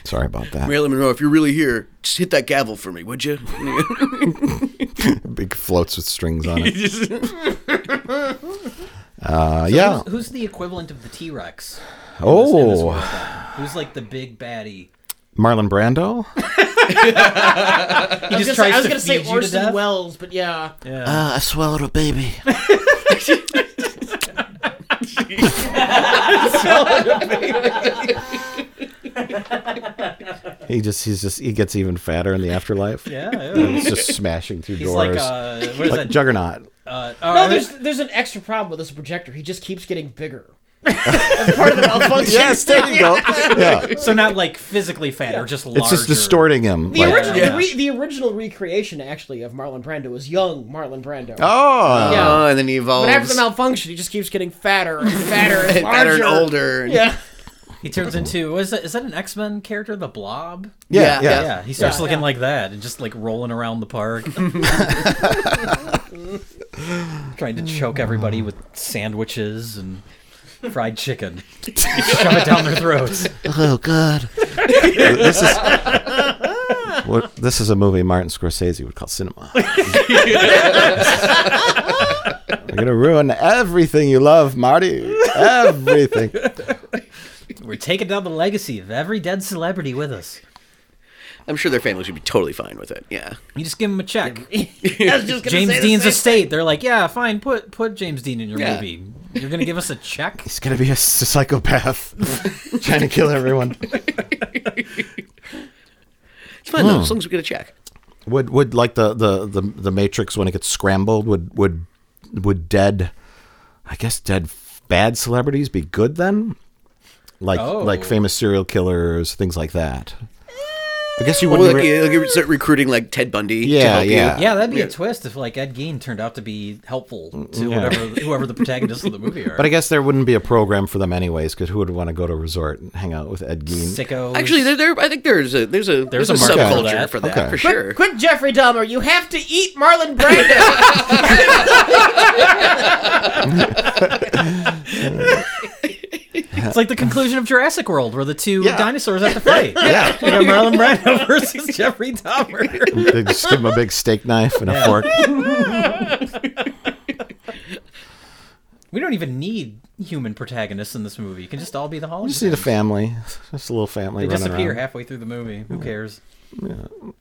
C: Sorry about that.
B: Marilyn Monroe, if you're really here, just hit that gavel for me, would you?
C: Big floats with strings on it.
D: So
C: Uh,
D: who's-
C: yeah.
D: Who's, the equivalent of the T Rex?
C: Oh.
D: Who's like the big baddie?
C: Marlon Brando?
E: I was, gonna
D: tries
E: say, I was
D: to
E: gonna say
D: feed you to
E: Orson
D: death?
E: Welles, but yeah.
C: Ah, I swallowed a baby. He just he's just he gets even fatter in the afterlife.
D: Yeah, yeah.
C: he's just smashing through
D: He's like,
C: doors.
D: uh, what is that?
C: Juggernaut.
D: Uh,
E: no, Oh, there's there's an extra problem with this projector. He just keeps getting bigger. As part of the malfunction.
D: Yes, there you go.
C: Yeah.
D: So not like physically fat, or just larger.
C: It's just distorting him.
E: The
C: like-
E: original,
D: Yeah.
E: the, re- the original recreation, actually, of Marlon Brando was young Marlon Brando.
C: Oh.
B: Oh, and then he evolves.
E: But after the malfunction, he just keeps getting fatter and fatter and larger.
B: Fatter and older and-
E: Yeah.
D: He turns into what is that, is that an X Men character, the Blob?
C: Yeah, yeah.
D: He starts
C: Yeah.
D: looking like that and just like rolling around the park, trying to choke everybody with sandwiches and fried chicken, shove it down their throats.
C: Oh God. this is what this is a movie Martin Scorsese would call cinema. We're gonna ruin everything you love, Marty. Everything.
D: We're taking down the legacy of every dead celebrity with us.
B: I'm sure their families would be totally fine with it. Yeah.
D: You just give him a check.
B: just gonna
D: James
B: say the
D: Dean's
B: same
D: estate. They're like, yeah, fine. Put put James Dean in your
B: Yeah.
D: movie. You're gonna give us a check.
C: He's gonna be a s- psychopath, trying to kill everyone.
B: It's fine though,
C: Hmm.
B: as long as we get a check.
C: Would would like the the the, the Matrix when it gets scrambled? Would would would dead? I guess dead f- bad celebrities be good then? Like like
B: Oh.
C: famous serial killers, things like that. I guess you
B: Or
C: wouldn't.
B: like,
C: re-
B: you- like, you start recruiting like Ted Bundy. to
C: Yeah,
B: help you.
C: yeah.
D: Yeah, that'd be a twist if like Ed Gein turned out to be helpful to
C: Yeah.
D: whatever whoever the protagonists of the movie are.
C: But I guess there wouldn't be a program for them anyways, because who would want to go to a resort and hang out with Ed Gein?
D: Sickos.
B: Actually, there, there. I think there's a there's a there's,
C: a
B: a,
C: market for
B: subculture
C: that.
B: for that
C: Okay.
B: for
C: Quick-
B: sure.
E: Quick, Jeffrey Dahmer, you have to eat Marlon Brando.
D: It's like the conclusion of Jurassic World, where the two
C: Yeah.
D: dinosaurs have to fight.
C: Yeah.
D: you got Marlon Brando versus Jeffrey Dahmer.
C: They just give him a big steak knife and a
D: Yeah.
C: fork.
D: We don't even need human protagonists in this movie. You can just all be the
C: We
D: Hollywood.
C: just need a family, just a little family
D: They
C: running
D: disappear
C: around.
D: halfway through the movie. Who cares?
C: You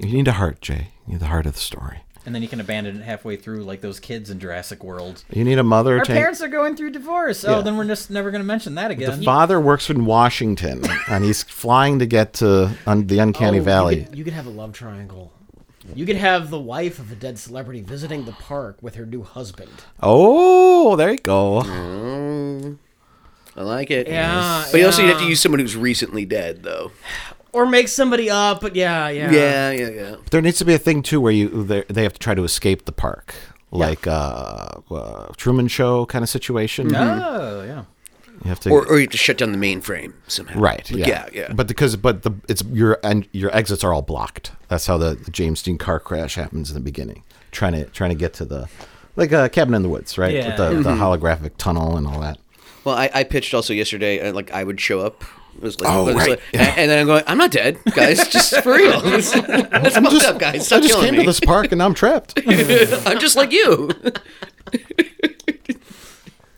C: need a heart, Jay. You need the heart of the story.
D: And then you can abandon it halfway through, like those kids in Jurassic World.
C: You need a mother.
D: Our
C: to-
D: parents are going through divorce.
C: Yeah.
D: Oh, then we're just never going to mention that
C: The
D: again.
C: father works in Washington, and he's flying to get to un- the Uncanny
E: Oh,
C: Valley.
E: You could, you could have a love triangle. You could have the wife of a dead celebrity visiting the park with her new husband.
C: Oh, there you go.
B: Mm. I like it.
E: Yeah,
B: But you also you'd have to
E: yeah.
B: use someone who's recently dead though.
E: Or make somebody up, but yeah, yeah.
B: Yeah, yeah, yeah.
C: But There needs to be a thing too where you they they have to try to escape the park, like uh, uh, Truman Show kind of situation.
D: Oh, yeah.
C: You have to
B: Or, or you have to shut down the mainframe somehow.
C: Right.
B: Like, yeah,
C: Yeah.
B: yeah.
C: But because but the it's your and your exits are all blocked. That's how the, the James Dean car crash happens in the beginning. Trying to trying to get to the like uh, cabin in the woods, right? With the,
B: Yeah.
C: the
B: Mhm.
C: holographic tunnel and all that.
B: Well, I, I pitched also yesterday. uh, Like I would show up. It was like,
C: Oh,
B: it was
C: right.
B: like- and, and then I'm going. I'm not dead, guys. Just for real. That's fucked up, guys. Stop
C: I just
B: killing
C: came
B: me.
C: to this park and I'm trapped.
B: I'm just like you.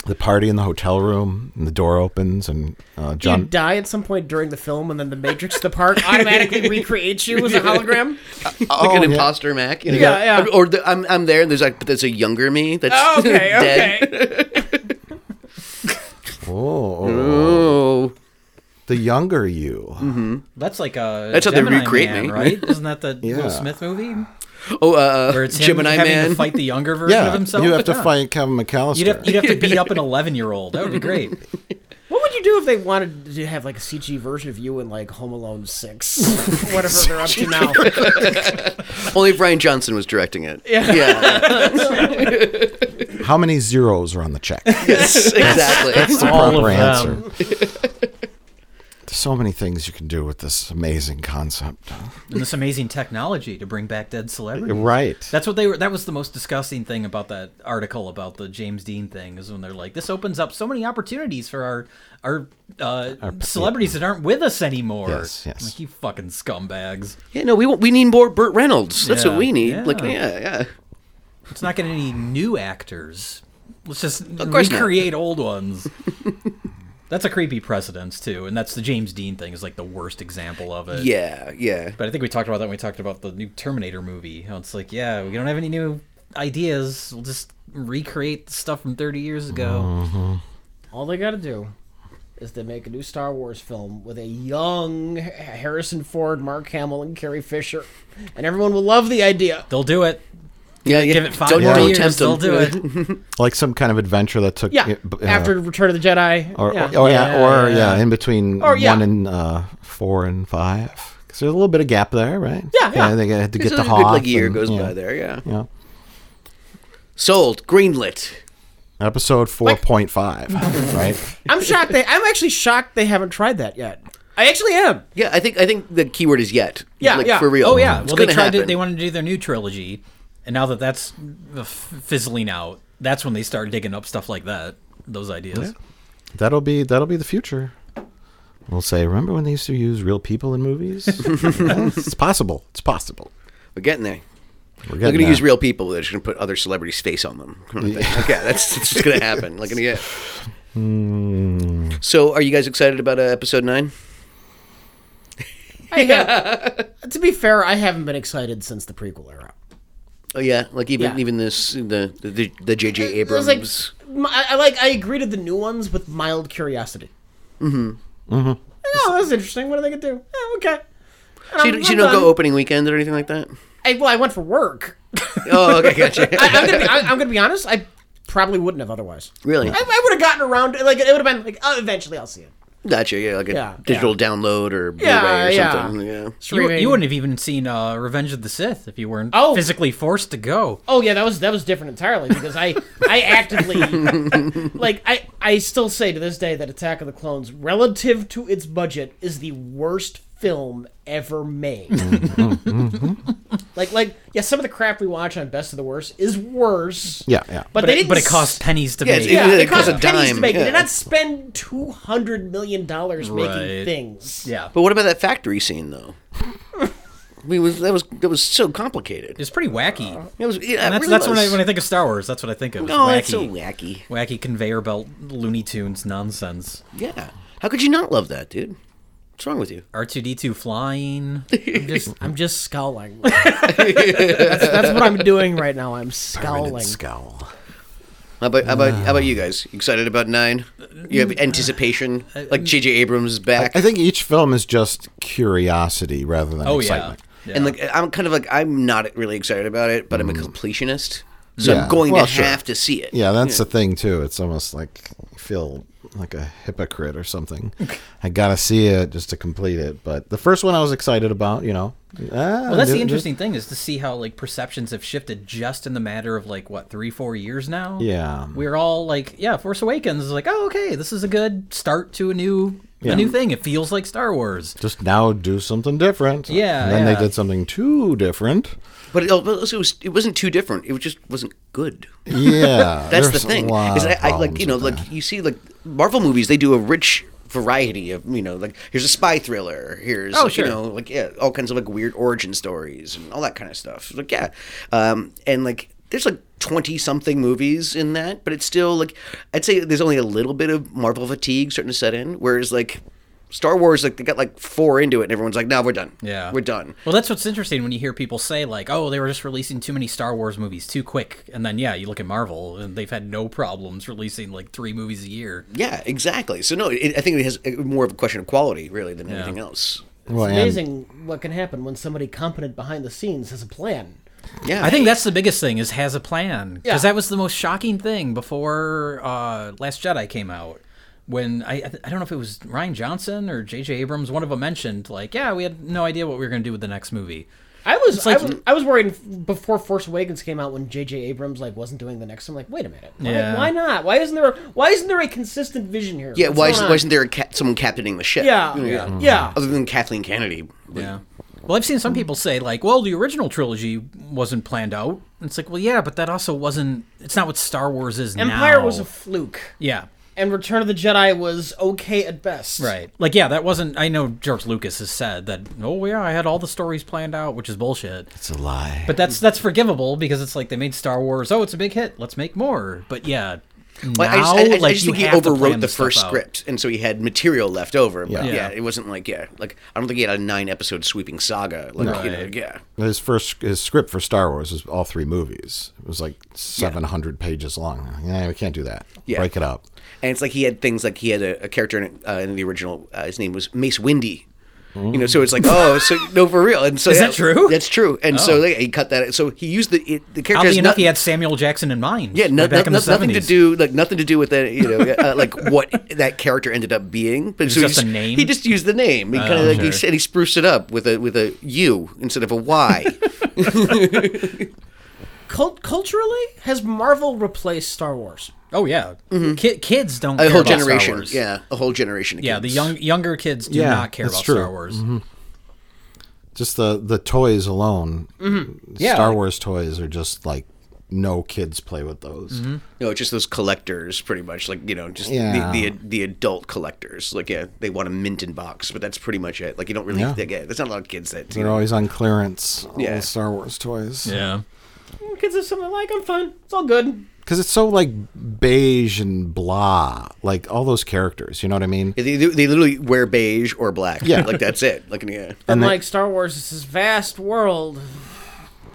C: the party in the hotel room and the door opens and uh, John
E: You die at some point during the film, and then the Matrix, the park, automatically recreates you as a hologram.
B: like an
C: Oh, yeah.
B: imposter Mac. You know?
E: Yeah, yeah.
B: Or the, I'm, I'm there, and there's like, but there's a younger me that's
E: Oh, okay,
B: dead.
E: okay.
C: Oh,
B: Oh,
C: the younger you.
D: Mm-hmm. That's like a.
B: That's how they
D: Gemini
B: recreate
D: Man,
B: me.
D: right? Isn't that the
C: Yeah.
D: Will Smith movie
B: oh, uh,
D: where it's him
B: Gemini
D: having
B: Man.
D: to fight the younger version
C: Yeah,
D: of himself?
C: you have to
D: Yeah.
C: fight Kevin McAllister.
D: You'd have, you'd have to beat up an 11 year old. That would be great.
E: What would you do if they wanted to have like a CG version of you in like Home Alone Six, whatever they're up to now?
B: Only if Ryan Johnson was directing it. Yeah,
C: How many zeros are on the check?
B: yes, exactly.
C: That's the
D: All
C: proper
D: of
C: answer.
D: them.
C: There's so many things you can do with this amazing concept.
D: And this amazing technology to bring back dead celebrities.
C: Right.
D: That's what they were. That was the most disgusting thing about that article about the James Dean thing is when they're like, "This opens up so many opportunities for our our, uh, celebrities that aren't with us anymore."
C: Yes, yes.
D: Like you fucking scumbags.
B: yeah, no, we want, we need more Burt Reynolds. That's
D: Yeah,
B: what we need. Like,
D: yeah.
B: yeah, yeah.
D: Let's not get any new actors. Let's just
B: course not.
D: recreate old ones. that's a creepy precedence too, and that's the James Dean thing is like the worst example of it.
B: Yeah, yeah.
D: But I think we talked about that when we talked about the new Terminator movie. How it's like, yeah, we don't have any new ideas. We'll just recreate the stuff from 30 years ago.
E: All they gotta do is they make a new Star Wars film with a young Harrison Ford, Mark Hamill, and Carrie Fisher, and everyone will love the idea.
D: They'll do it.
B: Yeah, yeah.
D: Give it 5
B: Don't-
D: more
B: don't
D: years.
B: tempt
D: they'll
B: them.
D: do it.
C: Like some kind of adventure that took.
E: Yeah,
C: uh,
E: after Return of the Jedi.
C: Or,
E: yeah.
C: Oh, yeah.
D: Yeah,
C: or, yeah,
D: yeah.
C: in between
E: Or, yeah.
C: one and uh, four and five. Because there's a little bit of gap there, right?
E: Yeah, yeah.
C: they had to
B: There's
C: get the
B: a good
C: Hoth.
B: like year
C: and-
B: goes
C: yeah,
B: by there. Yeah,
C: Yeah.
B: sold, greenlit.
C: Episode 4.5, right?
E: I'm shocked. They, I'm actually shocked they haven't tried that yet. I actually am.
B: Yeah, I think I think the keyword is yet.
E: Yeah,
B: like,
E: yeah.
B: for real.
D: Oh yeah.
B: it's
D: well, they
B: gonna
D: tried
B: happen.
D: to. They wanted to do their new trilogy, and now that that's uh, f- fizzling out, that's when they start digging up stuff like that. Those ideas.
C: That'll be that'll be the future. We'll say, remember when they used to use real people in movies? Well, it's possible. It's possible.
B: We're getting there.
C: We're
B: They're
C: getting
B: gonna use
C: there.
B: real people. They're just gonna put other celebrities' face on them. Kind of thing. Like, yeah, that's, that's just gonna happen. Like, yeah. Hmm. So, are you guys excited about uh, episode nine?
E: I have- to be fair, I haven't been excited since the prequel era.
B: Oh yeah, like even
E: Yeah.
B: even this the the the J.J.
E: It was
B: Abrams.
E: like, m- I, I like I agree to the new ones with mild curiosity.
B: mm-hmm.
C: Mm-hmm.
E: Oh, that's interesting. What are they gonna do? Oh, okay.
B: So
E: And I'm-
B: you, so you
E: um, I'm
B: don't
E: done.
B: go opening weekend or anything like that.
E: I, well, I went for work.
B: Oh, okay, gotcha.
E: I, I'm, gonna be, I, am gonna be honest. I probably wouldn't have otherwise.
B: Really?
E: I, I would have gotten around. Like it would have been like, oh, eventually I'll see it.
B: Gotcha. Yeah, like a
E: Yeah.
B: digital download or Blu-ray
E: Yeah,
B: or
E: yeah.
B: something. Yeah.
D: You,
E: Streaming.
D: you wouldn't have even seen uh, Revenge of the Sith if you weren't
E: Oh.
D: physically forced to go.
E: Oh yeah, that was that was different entirely because I I actively like I I still say to this day that Attack of the Clones relative to its budget is the worst film ever made. like like yeah, some of the crap we watch on Best of the Worst is worse.
C: Yeah, yeah.
E: But,
D: But
E: they
D: it-
E: didn't
D: but it cost pennies to Yeah, make. it-
E: Yeah,
D: it-
E: it,
D: it
E: cost,
D: cost a
E: pennies
B: dime,
E: to make. They did
B: yeah.
E: not spend two hundred million dollars making
D: Right.
E: things.
D: Yeah.
B: But what about that factory scene though? I mean, was, that was that was so complicated.
D: It's pretty wacky.
E: Uh,
B: It was. Yeah,
D: And
B: it
D: that's
B: really
D: that's when I
B: was.
D: when I think of Star Wars. That's what I think of. is
B: No,
D: wacky,
B: it's so wacky.
D: wacky conveyor belt, Looney Tunes nonsense.
B: Yeah. How could you not love that, dude? What's wrong with you?
D: R two D two flying.
E: I'm just I'm just scowling. that's, that's what I'm doing right now. I'm scowling.
C: Scowl.
B: How about how about how about you guys? Excited about nine? You
D: Uh,
B: have anticipation, like J.J. Abrams is back,
C: I think each film is just curiosity rather than
D: Oh yeah.
C: excitement.
D: yeah.
B: and like I'm kind of like I'm not really excited about it, but I'm a completionist, so
C: Mm. Yeah.
B: I'm going
C: Well,
B: to
C: sure.
B: have to see it.
C: Yeah, that's the thing too. It's almost like you feel like a hypocrite or something. I gotta see it just to complete it. But the first one I was excited about, you know. Ah,
D: well, that's the interesting thing is to see how like perceptions have shifted just in the matter of like what three, four years now.
C: Yeah.
D: we're all like, yeah, Force Awakens is like, oh, okay, this is a good start to a new,
C: Yeah.
D: a new thing. It feels like Star Wars.
C: Just now do something different.
D: Yeah,
C: And then
D: yeah.
C: they did something too different.
B: But it, also was it wasn't too different. It just wasn't good.
C: Yeah.
B: That's the
C: there's a
B: thing.
C: lot
B: Is
C: of
B: I, I like you
C: problems
B: know
C: with
B: like
C: that.
B: you see like Marvel movies. They do a rich variety of you know like here's a spy thriller. Here's
D: Oh,
B: like,
D: sure.
B: you know like yeah all kinds of like weird origin stories and all that kind of stuff. Like yeah, um, and like there's like twenty something movies in that, but it's still like I'd say there's only a little bit of Marvel fatigue starting to set in. Whereas like. Star Wars, like they got like four into it, and everyone's like, "No, we're done.
D: Yeah.
B: we're done."
D: Well, that's what's interesting when you hear people say like, "Oh, they were just releasing too many Star Wars movies too quick," and then yeah, you look at Marvel and they've had no problems releasing like three movies a year.
B: Yeah, exactly. So no, it, I think it has uh, more of a question of quality really than anything else.
C: Well,
E: It's
C: and-
E: amazing what can happen when somebody competent behind the scenes has a plan.
B: Yeah,
D: I think that's the biggest thing is has a plan because
E: Yeah.
D: that was the most shocking thing before uh, Last Jedi came out. When I I th- I don't know if it was Ryan Johnson or J.J. Abrams, one of them mentioned like, yeah, we had no idea what we were going to do with the next movie.
E: I was,
D: like-
E: I was I was worried before Force Awakens came out when J.J. Abrams like wasn't doing the next. one. I'm like, wait a minute, why,
D: Yeah.
E: why not? Why isn't there a, why isn't there a consistent vision here?
B: Yeah,
E: What's
B: why,
E: going
B: is,
E: on?
B: why isn't there a ca- someone captaining the ship?
E: Yeah,
B: You know,
D: Mm-hmm.
E: yeah, yeah.
B: Other than Kathleen Kennedy.
D: Yeah. Well, I've seen some people say like, well, the original trilogy wasn't planned out. And it's like, well, yeah, but that also wasn't. It's not what Star Wars is now.
E: Empire was a fluke,
D: yeah.
E: and Return of the Jedi was okay at best.
D: Right. Like, yeah, that wasn't. I know George Lucas has said that. Oh, yeah, I had all the stories planned out, which is bullshit.
C: It's a lie.
D: But that's that's forgivable because it's like they made Star Wars. Oh, it's a big hit. Let's make more. But yeah, now
B: Well, I just, I, I- I
D: like
B: just
D: you
B: think he
D: have to plan
B: overwrote the
D: this stuff
B: first
D: out.
B: script, and so he had material left over. But yeah.
D: Yeah.
B: it wasn't like yeah, like I don't think he had a nine episode sweeping saga. Like you know,
D: Right.
B: yeah,
C: His first his script for Star Wars was all three movies. It was like seven hundred pages long. Yeah, we can't do that.
B: Yeah.
C: Break it up.
B: and it's like he had things like he had a, a character in, it, uh, in the original. Uh, his name was Mace Windy. You know, so it's like, oh, so no, for real. And so
D: Is
B: yeah,
D: that true?
B: That's true. And so like, he cut that. So he used the it, the character.
D: Oddly
B: has
D: enough,
B: not-
D: he had Samuel Jackson in mind.
B: Yeah, no,
D: way back
B: no-
D: in the
B: no- nothing to
D: 70s.
B: do like nothing to do with that. You know, uh, like what that character ended up being. But
D: was
B: so he
D: just a name? Oh,
B: He just used the name. He kind of like he
D: sure.
B: said he spruced it up with a with a U instead of a Y.
E: Cult- culturally, has Marvel replaced Star Wars?
D: Oh yeah, Ki- kids don't.
B: Mm-hmm. a
D: care
B: whole
D: about Star
B: generation.
D: Wars.
B: Yeah, a whole generation. Of
D: Yeah, the
B: kids.
D: young younger kids do
C: Yeah,
D: not care
C: that's
D: about
C: true.
D: Star Wars.
E: Mm-hmm.
C: Just the the toys alone.
B: Mm-hmm.
D: Yeah.
C: Star Wars toys are just like no kids play with those.
B: No, Oh, just those collectors, pretty much. Like you know, just
C: Yeah.
B: the, the the adult collectors. Like yeah, they want a mint in box, but that's pretty much it. Like you don't really.
C: Yeah.
B: Yeah. there's not a lot of kids that. You
C: They're
B: know,
C: always on clearance. all
B: Yeah.
C: the Star Wars toys.
D: Yeah.
E: Mm, Kids have something they like. I'm fine. It's all good.
C: because it's so like beige and blah, like all those characters. You know what I mean?
B: They, they literally wear beige or black.
C: Yeah.
B: like that's it. Like yeah.
E: And
C: they-
E: like Star Wars, it's this vast world,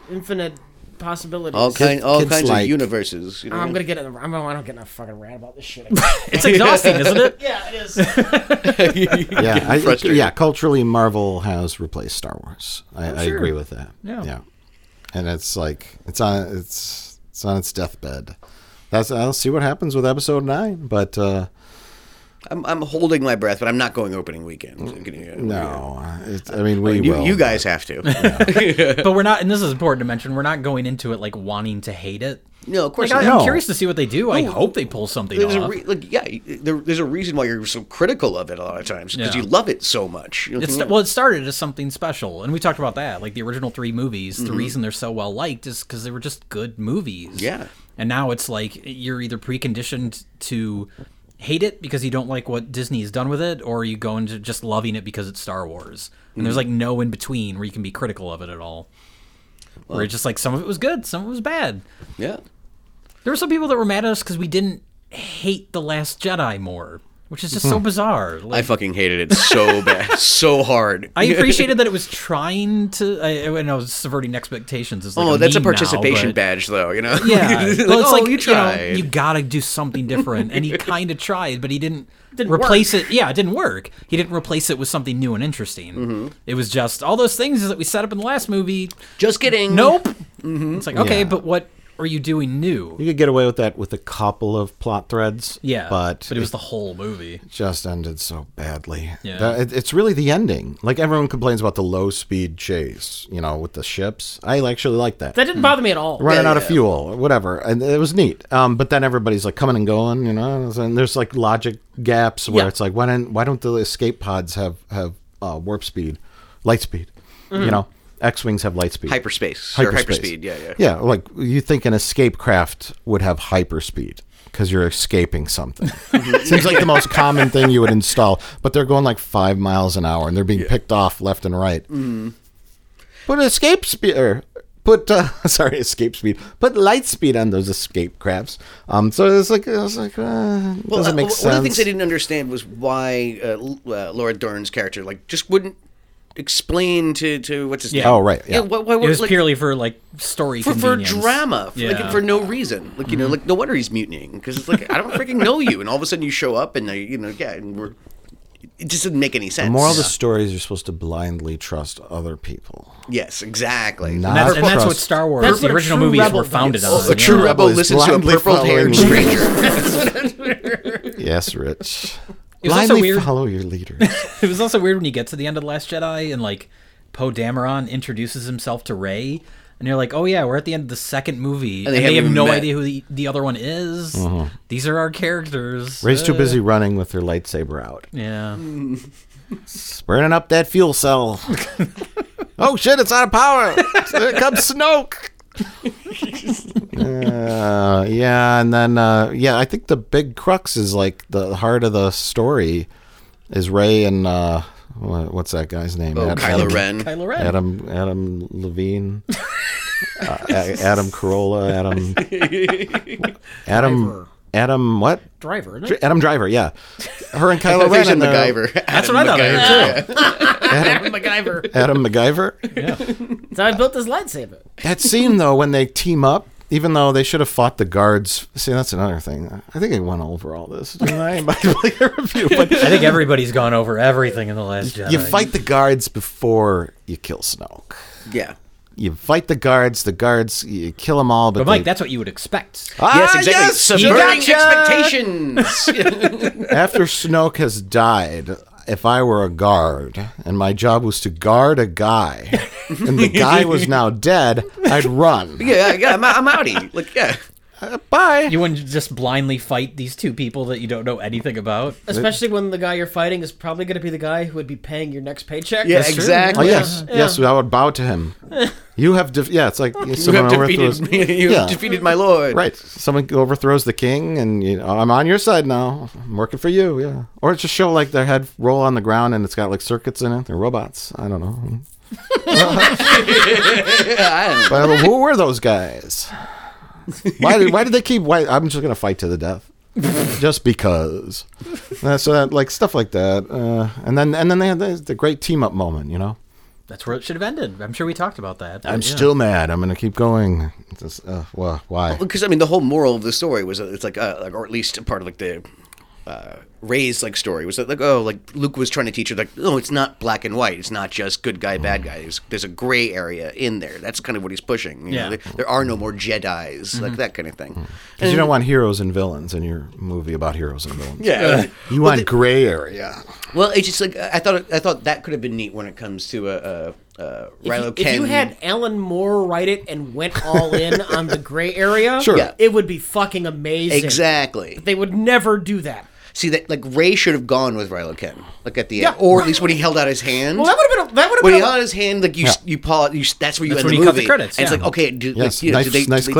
E: infinite possibilities.
B: all kind, all kinds of universes. You know?
E: I'm gonna get. In, I'm. I don't get in a fucking rant about this shit.
B: It's exhausting, isn't it?
E: Yeah, it is.
C: yeah,
B: Getting
C: I,
B: frustrated.
C: yeah. Culturally, Marvel has replaced Star Wars. I,
E: I'm
C: I
E: sure.
C: agree with that.
E: Yeah.
C: and it's like it's on it's it's on its deathbed. That's I'll see what happens with episode nine, but uh,
B: I'm, I'm holding my breath, but I'm not going opening weekend. I'm gonna- yeah.
C: no, it's, I mean we
B: you,
C: will.
B: you guys have to.
D: but we're not, and this is important to mention. We're not going into it like wanting to hate it.
B: No, of course
D: Like, I-
B: not.
D: I'm
B: No.
D: curious to see what they do. I
B: No,
D: hope they pull something
B: There's a
D: off.
B: re- like, yeah, there, there's a reason why you're so critical of it a lot of times because
D: Yeah.
B: you love it so much. "Mm, You know,
D: It's
B: yeah.
D: well, it started as something special, and we talked about that. Like the original three movies, the
B: Mhm.
D: reason they're so well liked is because they were just good movies.
B: Yeah.
D: And now it's like you're either preconditioned to hate it because you don't like what Disney has done with it, or you go into just loving it because it's Star Wars. And
B: Mm-hmm.
D: there's
I: Mhm.
D: like no in between where you can be critical of it at all. where
I: Well-
D: it's just like some of it was good, some of it was bad.
B: Yeah.
D: There were some people that were mad at us because we didn't hate The Last Jedi more, which is just so
B: Mhm.
D: bizarre.
B: I fucking hated it so bad, so hard.
D: I appreciated that it was trying to. I, I know subverting expectations is. Like
B: oh, that's a
D: meme now,
B: participation
D: but-
B: badge, though. You know.
D: Yeah,
B: like,
D: well, it's
B: oh,
D: like
B: you
D: you, know,
B: tried.
D: you gotta do something different, and he kind of tried, but he didn't,
E: Didn't
D: replace it. Yeah, it didn't work. He didn't replace it with something new and interesting.
B: Mm-hmm.
D: It was just all those things that we set up in the last movie.
B: Just kidding.
D: Nope.
B: Mm-hmm.
D: It's like okay,
C: Yeah.
D: but what are you doing new?
C: You could get away with that with a couple of plot threads.
D: Yeah,
C: but
D: but it was the whole movie.
C: just ended so badly.
D: Yeah.
C: That- it- it's really the ending. Like everyone complains about the low speed chase, you know, with the ships. I actually like that.
E: That didn't bother me at all.
C: Running out of fuel or whatever, and it was neat. Um, but then everybody's like coming and going, you know, and there's like logic gaps where
E: Yeah.
C: it's like, why don't why don't the escape pods have have uh, warp speed, light speed,
B: Mhm.
C: you know? X wings have light speed,
B: Hyperspace, or hyperspeed, yeah, yeah.
C: yeah. Like you think an escape craft would have hyperspeed because you're escaping something.
B: Mm-hmm.
C: Seems like the most common thing you would install, but they're going like five miles an hour and they're being picked off left and right.
B: Mhm.
C: Put escape speed, or put uh, sorry, escape speed. Put light speed on those escape crafts. Um, so it's like it's like uh, it
B: Well,
C: doesn't
B: uh,
C: make
B: one
C: sense.
B: of the things I didn't understand was why uh, L- uh, Laura Dern's character like just wouldn't explain to to what's his name.
C: Oh,
B: why- why-
D: it was
B: like,
D: purely for like story
B: for, for
D: convenience.
B: drama, for, like,
D: Yeah.
B: for no reason. Like you know,
D: Mhm.
B: like no wonder he's mutinying because it's like I don't freaking know you, and all of a sudden you show up and they, you know, yeah, and we're it just didn't make any sense.
C: the moral of the story is you're supposed to blindly trust other people.
B: yes, exactly.
C: Not And that's- and that's what trust- Star Wars,
D: the original movies were founded on,
B: A
D: yeah.
B: true rebel
C: Rebel is
B: listens to a
C: blindly
B: purple-haired
C: following
B: stranger.
C: Yes, Rich.
D: It was also
C: Blindly
D: weird-
C: follow your leader.
D: it was also weird when you get to the end of the Last Jedi and like Poe Dameron introduces himself to Rey, and you're like, oh yeah, we're at the end of the second movie,
I: And
D: and
I: they
D: they,
I: haven't
D: have
I: even
D: no
I: met.
D: idea who the, the other one is.
C: Mhm.
D: These are our characters.
C: Ray's too
D: Uh,
C: busy running with her lightsaber out.
D: Yeah.
B: Mm,
C: Burning up that fuel cell. oh shit, it's out of power. There comes Snoke. Uh, yeah, and then uh, yeah, I think the big crux is like the heart of the story is Ray and uh, wha- what's that guy's name?
B: Oh,
C: Ad-
B: Kylo Ren. Kylo Ren.
C: Adam Adam Levine. uh, A- Adam Carolla. Adam. Adam. Adam what?
E: Driver, isn't
C: Dr-
E: it?
C: Adam Driver. Yeah, her and
B: I
C: Kylo
B: thought they
C: Ren uh,
B: said
C: and their-
B: MacGyver. That's what I thought I heard, too.
E: Adam MacGyver.
C: Adam MacGyver.
E: So I built this lightsaber.
C: That scene though, when they team up, even though they should have fought the guards. See, that's another thing. I think I went over all this. didn't I, in my earlier review, but
D: I think everybody's gone over everything in the Last Jedi.
C: you fight the guards before you kill Snoke.
B: Yeah.
C: You fight the guards. The guards, you kill them all. But,
D: But Mike,
C: they-
D: that's what you would expect.
C: Ah, Yes, exactly. yes, Subverting
D: you gotcha!
B: expectations.
C: after Snoke has died, if I were a guard and my job was to guard a guy, and the guy was now dead, I'd run.
B: yeah, yeah, I'm, I'm outie. Like yeah.
C: bye.
D: You wouldn't just blindly fight these two people that you don't know anything about.
E: Especially when the guy you're fighting is probably going to be the guy who would be paying your next paycheck.
B: Yeah, That's true. exactly.
C: Oh yes,
E: Yeah.
C: yes, I would bow to him. You have, def- yeah, it's like someone
B: have
C: overthrows.
B: defeated me. You have defeated my lord.
C: Right, someone overthrows the king, and you know, I'm on your side now. I'm working for you. Yeah, or just show like their head roll on the ground, and it's got like circuits in it. They're robots. I don't know.
B: Yeah, I am.
C: But who were those guys? Why did, why did they keep? Why I'm just gonna fight to the death, just because. Uh, so that like stuff like that, uh, and then and then they had the, the great team up moment. You know,
D: That's where it should have ended. I'm sure we talked about that. but
C: I'm
D: yeah.
C: still mad. I'm gonna keep going. Just, uh, wha- why?
B: because I mean, the whole moral of the story was that it's like, uh, like or at least a part of like the uh, Ray's like story was that like, oh, like Luke was trying to teach her like, oh, it's not black and white. It's not just good guy, bad guy. There's, there's a gray area in there. That's kind of what he's pushing. you know?
C: Yeah.
B: there, there are no more Jedi's, like that kind of thing.
C: Mm-hmm. Because you don't want heroes and villains in your movie about heroes and villains.
B: Yeah.
C: you
B: Well,
C: want
B: the-
C: gray area.
B: Well, it's just like I thought. I thought that could have been neat when it comes to a. Uh, uh,
E: If you,
B: Rilo
E: if you
B: Ken-
E: had Alan Moore write it and went all in on the gray area,
B: Sure. Yeah.
E: it would be fucking amazing.
B: Exactly.
E: But they would never do that.
B: See that like Ray should have gone with Rilo Ken, like at the
E: Yeah.
B: end, or at least when he held out his hand.
E: Well, that would have been a, that would have
B: when
E: been
B: he
E: a-
B: held out his hand, like you, s you pause. You, s- that's where you
C: That's
B: end
C: when
B: the
C: you cut the
B: movie.
C: credits,
B: And it's
C: yeah.
B: like okay, do, like,
C: Yes,
B: you know, do
C: nice-
B: they,
C: nice
B: do they-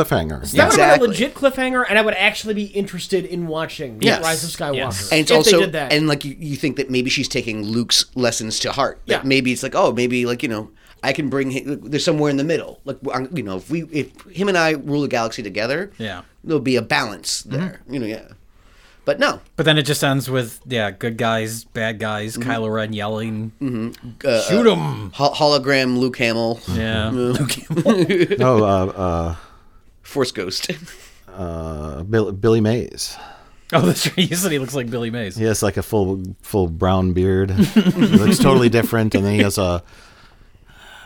E: that would have
C: cliffhanger.
E: been a
B: Exactly.
E: legit cliffhanger, and I would actually be interested in watching
B: Yes.
E: Rise of Skywalker.
B: And it's
E: if
B: also
E: they did that.
B: and like you, you think that maybe she's taking Luke's lessons to heart. That
E: Yeah.
B: Maybe it's like oh maybe like you know I can bring him, there's somewhere in the middle. Like I'm- you know if we if him and I rule the galaxy together,
D: Yeah.
B: there'll be a balance
E: Mm-hmm.
B: there. You know yeah. But no,
D: But then it just ends with yeah, good guys, bad guys, Kylo Ren yelling,
B: Mm-hmm. uh,
D: "Shoot
B: uh,
D: him!"
B: ho- hologram Luke Hamill.
D: Yeah.
B: Luke
C: No, uh,
B: Force Ghost.
C: uh, uh, Bill, Billy Mays.
D: Oh, that's right. You said he looks like Billy Mays.
C: He has like a full full brown beard. he looks totally different, and then he has a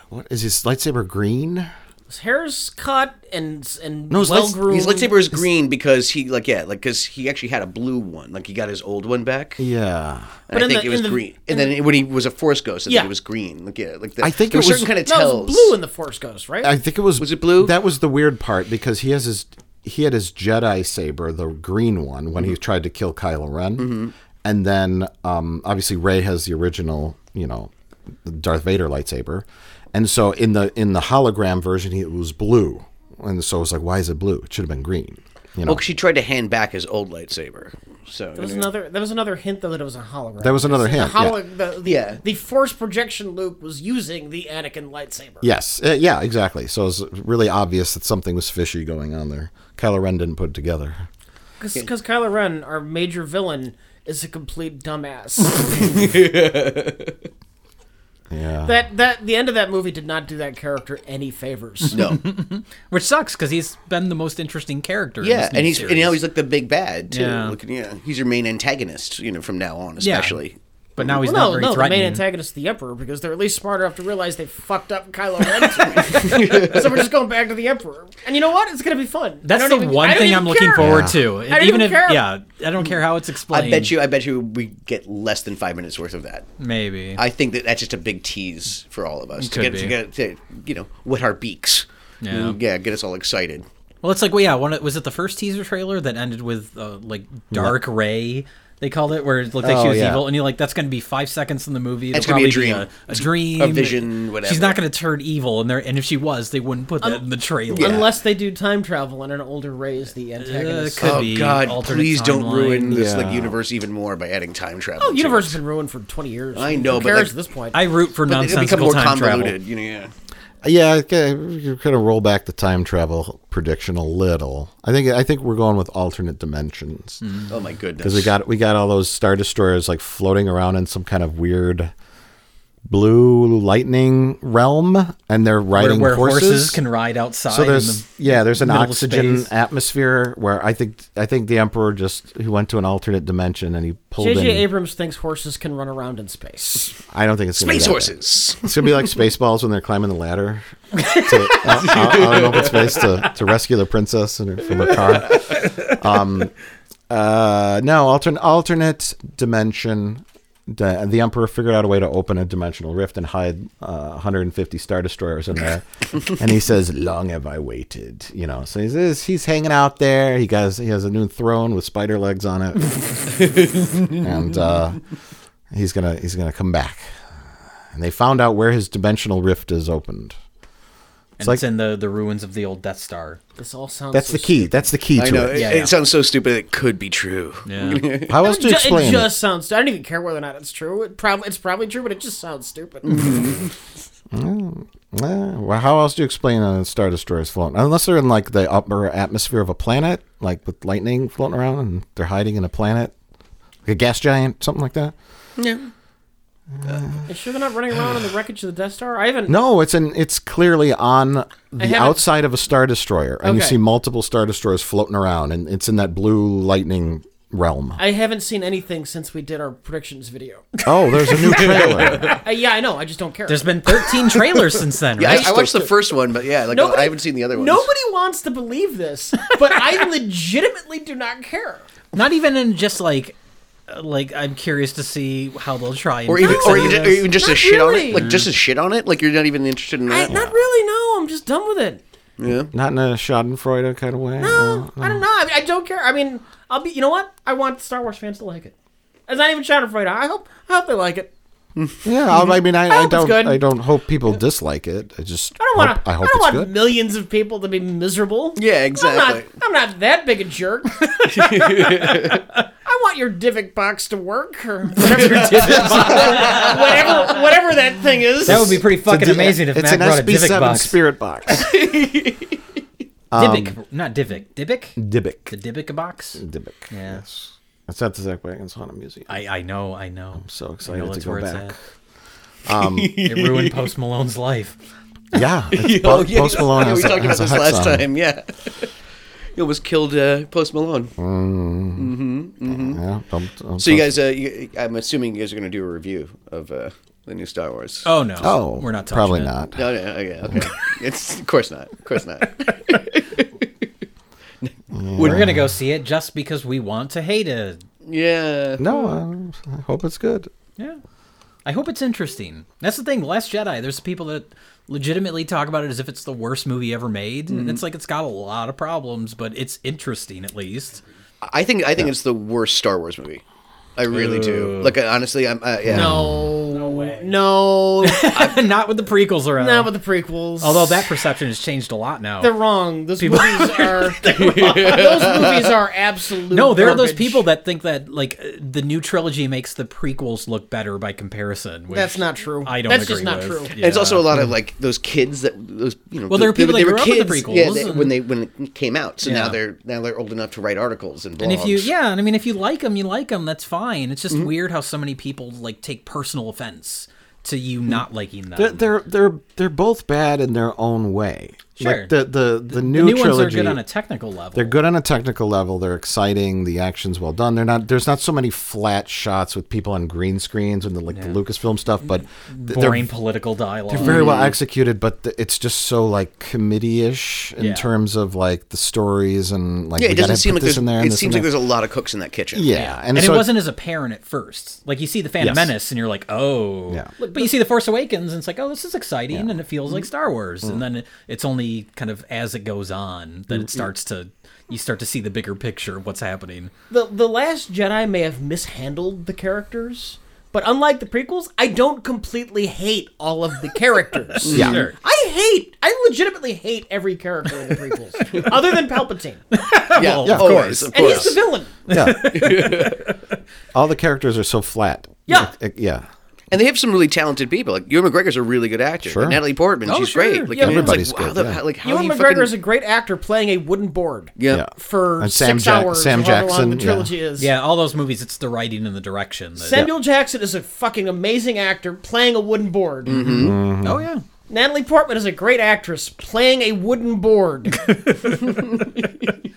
C: what is his lightsaber green?
E: his hair's cut and and
C: No, his lights-
E: well
C: his
E: groomed.
B: His lightsaber is green because he like yeah like because he actually had a blue one like he got his old one back.
C: Yeah,
B: And
E: But
B: I
E: in
B: think
E: the-
B: it was
E: in the-
B: green.
E: in
B: And then
E: the-
B: when he was a Force Ghost, I think
E: Yeah.
B: it was green. Like yeah, like the,
C: I think
B: there
C: it
B: were
C: was-
B: certain kind of
E: No, it
B: tells.
E: was blue in the Force Ghost, right?
C: I think it was.
B: Was it blue?
C: That was the weird part because he has his he had his Jedi saber, the green one, when
B: Mm-hmm.
C: he tried to kill Kylo Ren, and then um, obviously Ray has the original, you know, Darth Vader lightsaber, and so in the in the hologram version, he, it was blue, and so I was like, why is it blue? It should have been green. You know,
B: Well, 'cause she tried to hand back his old lightsaber. So
E: That was another. That was another hint, though, that it was a hologram.
C: That was another
E: The
C: hint,
E: holo-
C: yeah.
E: the, the,
B: Yeah.
E: the force projection Luke was using the Anakin lightsaber.
C: Yes. Uh, yeah, exactly. So it's really obvious that something was fishy going on there. Kylo Ren didn't put it together.
E: Because Kylo Ren, our major villain, is a complete dumbass.
C: Yeah.
E: that that the end of that movie did not do that character any favors.
B: no,
D: Which sucks because he's been the most interesting character. in
B: yeah,
D: this new
B: and he's and
D: series.
B: now he's like the big bad too.
D: Yeah.
B: Like, yeah, he's your main antagonist. You know, from now on,
D: Yeah.
B: especially.
D: but now he's
E: Well,
D: not
E: no,
D: very
E: no, the
D: threatening.
E: main antagonist is the Emperor because they're at least smart enough to realize they fucked up Kylo Ren. so we're just going back to the Emperor, and you know what? It's gonna be fun. I
D: That's
E: don't
D: the
E: even- I
D: one
E: don't
D: thing
E: even
D: I'm looking
E: care.
D: forward
C: Yeah.
D: to.
E: I don't
D: even
E: even
D: if
E: care.
D: yeah, I don't care how it's explained.
B: I bet you. I bet you. We get less than five minutes worth of that.
D: Maybe.
B: I think that that's just a big tease for all of us to get,
D: Could be.
B: to get to you know wet our beaks.
D: Yeah.
B: yeah, get us all excited.
D: well, it's like well, yeah. One of- was it the first teaser trailer that ended with uh, like Dark Ray? They called it where it looked like
C: Oh,
D: she was
C: yeah.
D: evil, and you're like, that's going to be five seconds in the movie.
B: That's
D: It'll
B: gonna be a
D: probably
B: dream.
D: a, a dream,
B: a vision,
D: She's
B: whatever.
D: not going to turn evil, and there, and if she was, they wouldn't put that in the trailer.
E: Unless they do time travel and an older Ray is
D: Uh,
E: the antagonist.
D: could
B: oh
D: be
B: God!
D: alternate
B: Please don't
D: timeline.
B: ruin this
C: Yeah.
B: like universe even more by adding time travel.
E: Oh,
B: to
E: universe
B: it.
E: has been ruined for twenty years.
B: I know,
E: Who
B: but,
E: cares
B: like,
E: at this point.
D: I root for
B: But it'll become
D: nonsensical
B: more
D: time
B: convoluted.
D: travel.
B: You know, yeah.
C: yeah, okay, you kind of roll back the time travel prediction a little. I think I think we're going with alternate dimensions
D: Mm.
B: Oh my goodness!
C: because we got we got all those star destroyers like floating around in some kind of weird blue lightning realm, and they're
D: Where,
C: riding
D: where horses.
C: horses.
D: can ride outside.
C: so there's
D: in the
C: yeah, there's an
D: middle of
C: oxygen
D: space.
C: atmosphere where I think I think the emperor just he went to an alternate dimension and he pulled
E: J.J.
C: in.
E: Abrams thinks horses can run around in space.
C: I don't think it's gonna be
B: space
C: that bad.
B: horses.
C: It's gonna be like Spaceballs when they're climbing the ladder to, out, out- out in open space to, to rescue the princess in her, from her car. Um, uh, no, alternate alternate dimension. The, the Emperor figured out a way to open a dimensional rift and hide uh, 150 star destroyers in there. and he says, "Long have I waited," you know. So he's he's- he's hanging out there. He has he has a new throne with spider legs on it, and uh, he's gonna he's gonna come back and they found out where his dimensional rift is opened.
D: And
C: like-
D: it's in the, the ruins of the old Death Star.
E: This all sounds.
C: That's the key. That's the key
B: I
C: to
B: know.
C: it.
B: It, it sounds so stupid. It could be true.
C: Yeah. How else to
E: ju-
C: explain
E: It
C: it?
E: just sounds. I don't even care whether or not it's true. It probably it's probably true, but it just sounds stupid.
C: Mm, eh, well, how else do you explain a star destroyer's floating? Unless they're in like the upper atmosphere of a planet, like with lightning floating around, and they're hiding in a planet, like a gas giant, something like that.
E: yeah. Is sure they're not running around in the wreckage of the Death Star? I haven't.
C: No, it's an it's clearly on the
E: haven't-
C: outside of a star destroyer, and you
E: Okay.
C: see multiple star destroyers floating around, and it's in that blue lightning realm.
E: I haven't seen anything since we did our predictions video.
C: Oh, there's a new trailer.
E: Uh, yeah, I know. I just don't care.
D: There's been 13 trailers since then,
B: Yeah,
D: right?
B: I, I watched the first one, but yeah, like
E: Nobody-
B: I haven't seen the other ones.
E: Nobody wants to believe this, but I legitimately do not care.
D: Not even in just like, uh, like I'm curious to see how they'll try. And
B: or even,
D: fix
B: or
D: any
B: even,
D: of
B: or
D: this.
B: even just a
E: Not
B: shit on
E: really.
B: it, like just a shit on it. Like you're not even interested in
E: I,
B: that.
E: Not really. No, I'm just done with it.
B: yeah.
C: Not in a Schadenfreude kind of way.
E: No, I don't know. I, mean, I don't care. I mean, I'll be. You know what? I want Star Wars fans to like it. It's not even Schadenfreude. I hope. I hope they like it.
C: Yeah, I, I mean, I,
E: I
C: I,
E: hope it's
C: don't.
E: good.
C: I don't hope people dislike it. I just.
E: I don't want
C: hope-
E: to.
C: I
E: I,
C: hope
E: don't
C: it's
E: want
C: good.
E: millions of people to be miserable.
B: Yeah,
E: I'm not,
B: exactly.
E: I'm not that big a jerk. I want your Divic box to work or whatever, whatever, whatever that thing is.
D: That would be pretty fucking amazing if
C: it's
D: Matt
C: an
D: brought a Divic
C: SB7
D: box. Um,
C: Spirit Box.
D: Divic, not Divic. Divic? The
C: Dybbuk.
D: Divic box?
C: Dybbuk.
D: Yeah.
C: Yes. That's at the Zach Wagons Haunted Museum.
D: I, I know, I know. I'm
C: so excited to go back.
D: It ruined Post Malone's life.
C: Yeah, it's po- Post Malone.
B: Yeah,
C: has
B: we
C: a-
B: talked about
C: has a
B: this
C: Hex
B: last
C: on it.
B: time. Yeah. He almost killed uh, Post Malone.
C: Yeah, don't- don't-
B: So you guys, uh, you, I'm assuming you guys are going to do a review of uh, the new Star Wars.
D: Oh, no.
C: Oh,
D: We're not touching
C: probably
D: it.
C: not.
B: No, no, okay, oh, okay. it's of course not. Of course not.
D: We're going to go see it just because we want to hate it.
B: Yeah.
C: No, um, I hope it's good.
D: Yeah. I hope it's interesting. That's the thing. Last Jedi, there's people that legitimately talk about it as if it's the worst movie ever made. And
E: Mm-hmm.
D: it's like, it's got a lot of problems, but it's interesting at least.
B: I think I think it's the worst Star Wars movie. I really do. Like I- honestly, I'm. Uh, yeah.
E: no, no way. No,
D: not with the prequels around.
E: not with the prequels.
D: Although that perception has changed a lot now.
E: they're wrong. Those movies are. those movies are absolute.
D: no, there are those
E: garbage.
D: people that think that like uh, the new trilogy makes the prequels look better by comparison. Which
E: That's not true.
D: I don't.
E: That's
D: agree
E: just not
D: with.
E: true.
B: And it's
D: Yeah.
B: also a lot of like those kids that those you know.
D: Well, there were
B: they-
D: people
B: they
D: that
B: were
D: grew up
B: kids.
D: with the
B: Yeah,
D: prequels,
B: they,
D: and-
B: when they when it came out. So now
D: Yeah.
B: they're now they're old enough to write articles and blogs.
D: And if you, yeah, and I mean, if you like them, you like them. That's fine. It's
E: Mm-hmm.
D: just weird how so many people like take personal offense to you
E: Mm-hmm.
D: not liking them.
C: They're they're they're, they're both bad in their own way.
D: Sure.
C: Like the the the,
D: the
C: new,
D: new
C: trilogy.
D: ones are good on a technical level.
C: They're good on a technical level. They're exciting. The action's well done. They're not. There's not so many flat shots with people on green screens and the like the Lucasfilm stuff, but th- they're,
D: boring Mm. political dialogue.
C: they're very well executed. But th- it's just so like committee-ish in
D: Yeah.
C: terms of like the stories and like
B: yeah,
C: we
B: it
C: gotta
B: doesn't seem
C: put
B: like
C: this
B: there's,
C: in there. and
B: it
C: this
B: seems
C: and
B: like
C: that.
B: there's a lot of cooks in that kitchen.
C: yeah,
D: and,
C: so
D: it wasn't as apparent at first. Like you see the Phantom
C: Yes.
D: Menace, and you're like, oh.
C: Yeah. Mm-hmm.
D: But you see the Force Awakens, and it's like, oh, this is exciting, and it feels like Star Wars. And then it- it's only kind of as it goes on
C: Mm-hmm.
D: that it starts to you start to see the bigger picture of what's happening.
E: the the last Jedi may have mishandled the characters, but unlike the prequels, I don't completely hate all of the characters.
C: Yeah.
D: Sure.
E: I hate. I legitimately hate every character in the prequels, other than Palpatine,
B: yeah,
C: of
B: always,
C: course.
B: of
E: and he's
B: course.
E: the villain.
C: Yeah. All the characters are so flat.
E: Yeah.
C: Like, like, yeah.
B: And they have some really talented people. Like Ewan McGregor's a really good actor.
C: Sure.
B: And Natalie Portman,
D: Oh,
B: she's
D: sure.
B: great. Like,
D: Yeah,
B: I mean, it's
C: everybody's
B: like, wow,
C: good,
B: the-
C: yeah.
B: how- like how
E: Ewan
B: he
E: McGregor
B: fucking-
E: is a great actor playing a wooden board
B: yeah.
C: Yeah.
E: for
C: And Sam
E: six
C: Ja-
E: hours.
C: Sam
E: or however long
C: Jackson,
E: the
C: yeah.
E: trilogy is.
D: Yeah, all those movies, it's the writing and the direction. that-
E: Samuel Jackson is a fucking amazing actor playing a wooden board.
C: Mm-hmm.
D: Oh yeah.
E: Natalie Portman is a great actress playing a wooden board.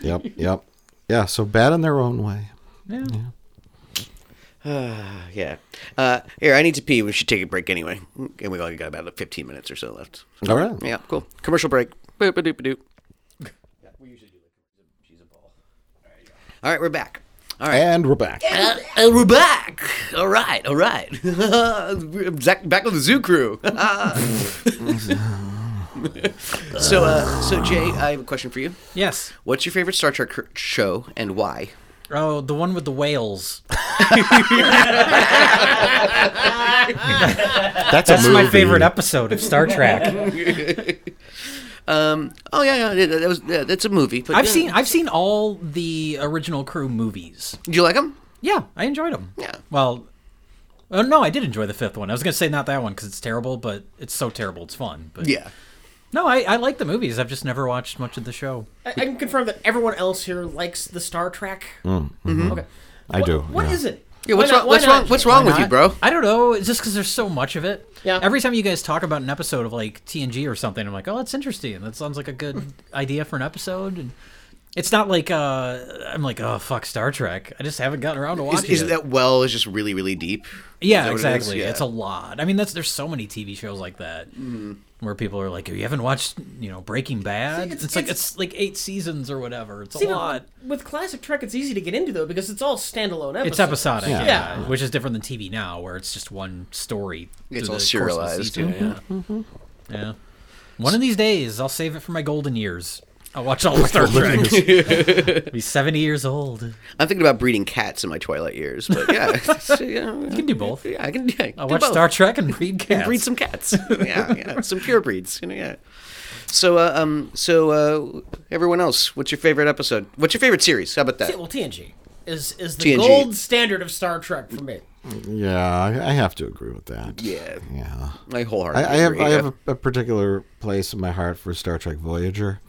C: Yep. Yep. Yeah. So bad in their own way.
B: Yeah. Uh, here, I need to pee. We should take a break anyway. And we only got about like, 15 minutes or so left.
C: All right.
B: Yeah, cool. Commercial break. Boop-a-doop-a-doop. All right, we're back. All right.
C: And we're back.
B: Uh, And we're back. All right, all right. Zach, back with the zoo crew. so, uh, so Jay, I have a question for you.
D: Yes.
B: What's your favorite Star Trek cr- show and why?
D: Oh, the one with the whales.
C: That's,
D: That's
C: a movie.
D: my favorite episode of Star Trek.
B: Um, oh yeah, yeah, that was yeah, that's a movie. But
D: I've
B: yeah.
D: seen I've seen all the original crew movies.
B: Did you like them?
D: Yeah, I enjoyed them.
B: Yeah.
D: Well, oh, no, I did enjoy the fifth one. I was gonna say not that one because it's terrible, but it's so terrible it's fun. But
B: Yeah.
D: no, I, I like the movies. I've just never watched much of the show.
E: I, I can confirm that everyone else here likes the Star Trek.
C: Mm, mhm.
E: Okay.
C: I do.
E: What
C: yeah.
E: is it?
B: Yeah,
E: Why
B: what's
E: not-
B: wrong?
E: why
B: What's
E: not?
B: wrong? What's wrong
D: Why
B: with you,
D: not?
B: bro?
D: I don't know. It's just because there's so much of it.
E: Yeah.
D: Every time you guys talk about an episode of like TNG or something, I'm like, oh, that's interesting. That sounds like a good idea for an episode. And it's not like uh, I'm like, oh fuck, Star Trek. I just haven't gotten around to
B: Is,
D: watching
B: is
D: it.
B: that well is just really really deep? Is
D: yeah,
B: that what it is?
D: exactly.
B: Yeah.
D: It's a lot. I mean, that's there's so many TV shows like that
B: Mm-hmm.
D: where people are like, "Oh, you haven't watched, you know, Breaking Bad.
E: it's-
D: it's, like
E: it's-
D: it's like eight seasons or whatever. It's
E: See,
D: a
E: now,
D: lot.
E: With classic Trek, it's easy to get into though because it's all standalone episodes.
D: It's episodic,
E: Yeah.
D: yeah. which is different than TV now, where it's just one story.
B: It's
D: through
B: all
D: the course of the
B: serialized. Yeah,
D: season.
B: yeah.
D: Yeah. One of these days, I'll save it for my golden years. I'll watch all of Star Trek. be seventy years old. You
B: I'm thinking about breeding cats in my twilight years, but yeah, so, yeah, you
D: can do both.
B: Yeah, I can. Yeah, I can
D: I'll
B: do
D: watch
B: both.
D: Star Trek and read
B: And
D: cats.
B: breed some cats. yeah, yeah, some pure breeds. You know, yeah. So, uh, um, so uh, everyone else, what's your favorite episode? What's your favorite series? How about that?
E: See, well, TNG is is the
B: TNG.
E: gold standard of Star Trek for me.
C: Yeah, I I have to agree with that.
B: Yeah.
C: Yeah.
B: I wholeheartedly
C: I, I have
B: agree,
C: I
B: yeah.
C: have a, a particular place in my heart for Star Trek Voyager.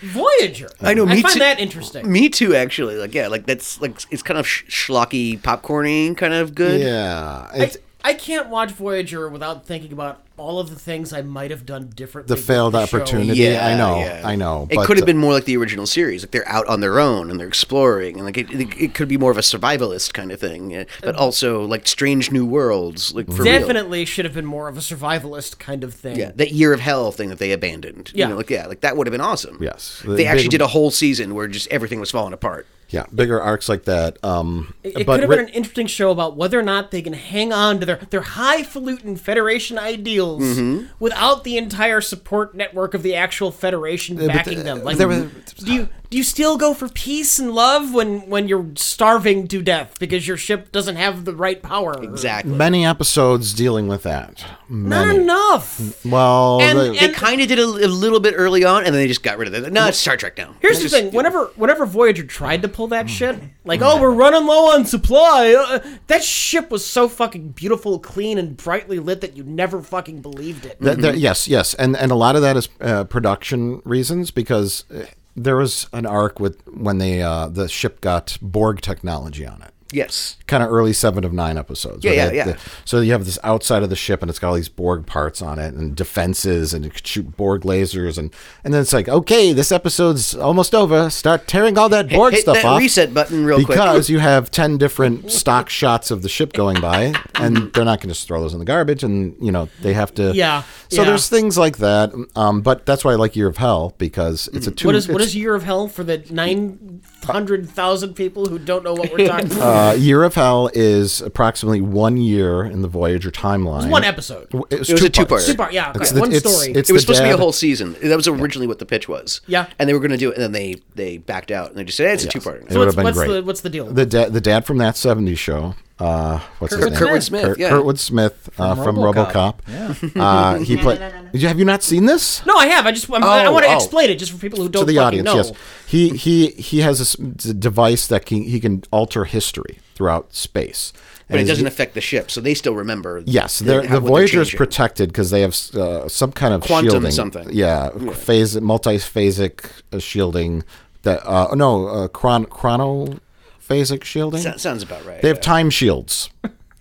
E: Voyager.
B: I know. Me
E: I find
B: too.
E: that interesting.
B: Me too, actually. Like, yeah, like that's like it's kind of sh- schlocky, popcorny, kind of good.
C: Yeah,
E: I,
C: it's
E: I can't watch Voyager without thinking about all of the things I might have done differently.
C: the failed
E: with the show.
C: opportunity.
B: Yeah,
C: I know.
B: yeah.
C: I know.
B: It
C: but,
B: could have
C: uh,
B: been more like the original series. Like they're out on their own and they're exploring, and like it, it, it could be more of a survivalist kind of thing. yeah. But also like strange new worlds, like for real.
E: Uh, Definitely should have been more of a survivalist kind of thing.
B: Yeah, that year of hell thing that they abandoned.
E: Yeah.
B: you know, like yeah, like that would have been awesome.
C: Yes.
B: they
C: The
B: actually
C: big-
B: did a whole season where just everything was falling apart.
C: yeah bigger arcs like that. Um,
E: It, it
C: but
E: could have
C: ri-
E: been an interesting show about whether or not they can hang on to their, their highfalutin Federation ideals
C: Mm-hmm.
E: without the entire support network of the actual Federation
C: but
E: backing
C: the- uh,
E: them. Like,
C: there was-
E: do you do you still go for peace and love when when you're starving to death because your ship doesn't have the right power?
B: Exactly.
C: many episodes dealing with that.
E: Not
C: Many.
E: enough.
C: Mm-hmm. Well,
E: And-
C: they-
B: They kind of did a, a little bit early on, and then they just got rid of it. No, it's Star Trek now.
E: Here's
B: It's
E: the
B: just-
E: thing: whenever whenever Voyager tried to pull
C: Mm-hmm.
E: that shit, like oh we're running low on supply, uh, that ship was so fucking beautiful, clean, and brightly lit that you never fucking believed it.
C: Th- there- yes, yes, and and a lot of that is uh, production reasons because uh, there was an arc with when they uh, the ship got Borg technology on it,
B: Yes.
C: kind of early seven of nine episodes. where
B: Yeah,
C: they
B: yeah,
C: had
B: yeah.
C: the- so you have this outside of the ship, and it's got all these Borg parts on it, and defenses, and it could shoot Borg lasers, and and then it's like, okay, this episode's almost over. Start tearing all that Borg
B: hit
C: stuff
B: that
C: off.
B: reset button real quick.
C: because you have ten different stock shots of the ship going by,
B: Mm-hmm.
C: and they're not going to just throw those in the garbage, and you know they have to.
E: Yeah,
C: So
E: yeah.
C: there's things like that, um, but that's why I like Year of Hell because it's a
E: Mm-hmm.
C: two.
E: What is what
C: it's-
E: is year of hell for the nine hundred thousand people who don't know what we're talking about?
C: Uh, Year of Hell is approximately one year in the Voyager timeline.
E: It's one episode.
C: W- Uh, It was,
B: It was
C: two
B: a two-parter.
C: parts.
E: Two-part, yeah,
C: It's
E: correct.
C: the-
E: One
C: it's-
E: story.
C: it's
B: it was
C: the
B: supposed to be a
C: dad-
B: whole season. That was originally what the pitch was.
E: Yeah.
B: and they were going to do it, and then they they backed out, and they just said eh, it's a two parter.
C: It would have been
E: what's
C: great.
E: the what's the deal?
C: The dad, the dad from that '70s show. Uh, what's
B: Kurtwood
C: his name?
B: Kurtwood Smith,
C: Kurt-
B: yeah.
C: Kurtwood Smith uh, from
D: RoboCop.
C: RoboCop. Uh, he played. Have you not seen this?
E: no, I have. I just I'm, I
C: Oh,
E: want to
C: oh.
E: explain it just for people who don't
C: to the
E: fucking
C: audience.
E: know.
C: Yes, he he he has this d- device that can he can alter history throughout space,
B: but it
C: And
B: doesn't
C: he-
B: affect the ship, so they still remember.
C: Yes,
B: th-
C: they're,
B: how-
C: the
B: what they're
C: Voyager is
B: changing.
C: protected because they have uh, some kind of
B: Quantum
C: shielding,
B: something.
C: Yeah, phase multi-phasic uh, shielding. That uh, no, uh, chron- chronophasic shielding.
B: That sounds about right.
C: They have time shields.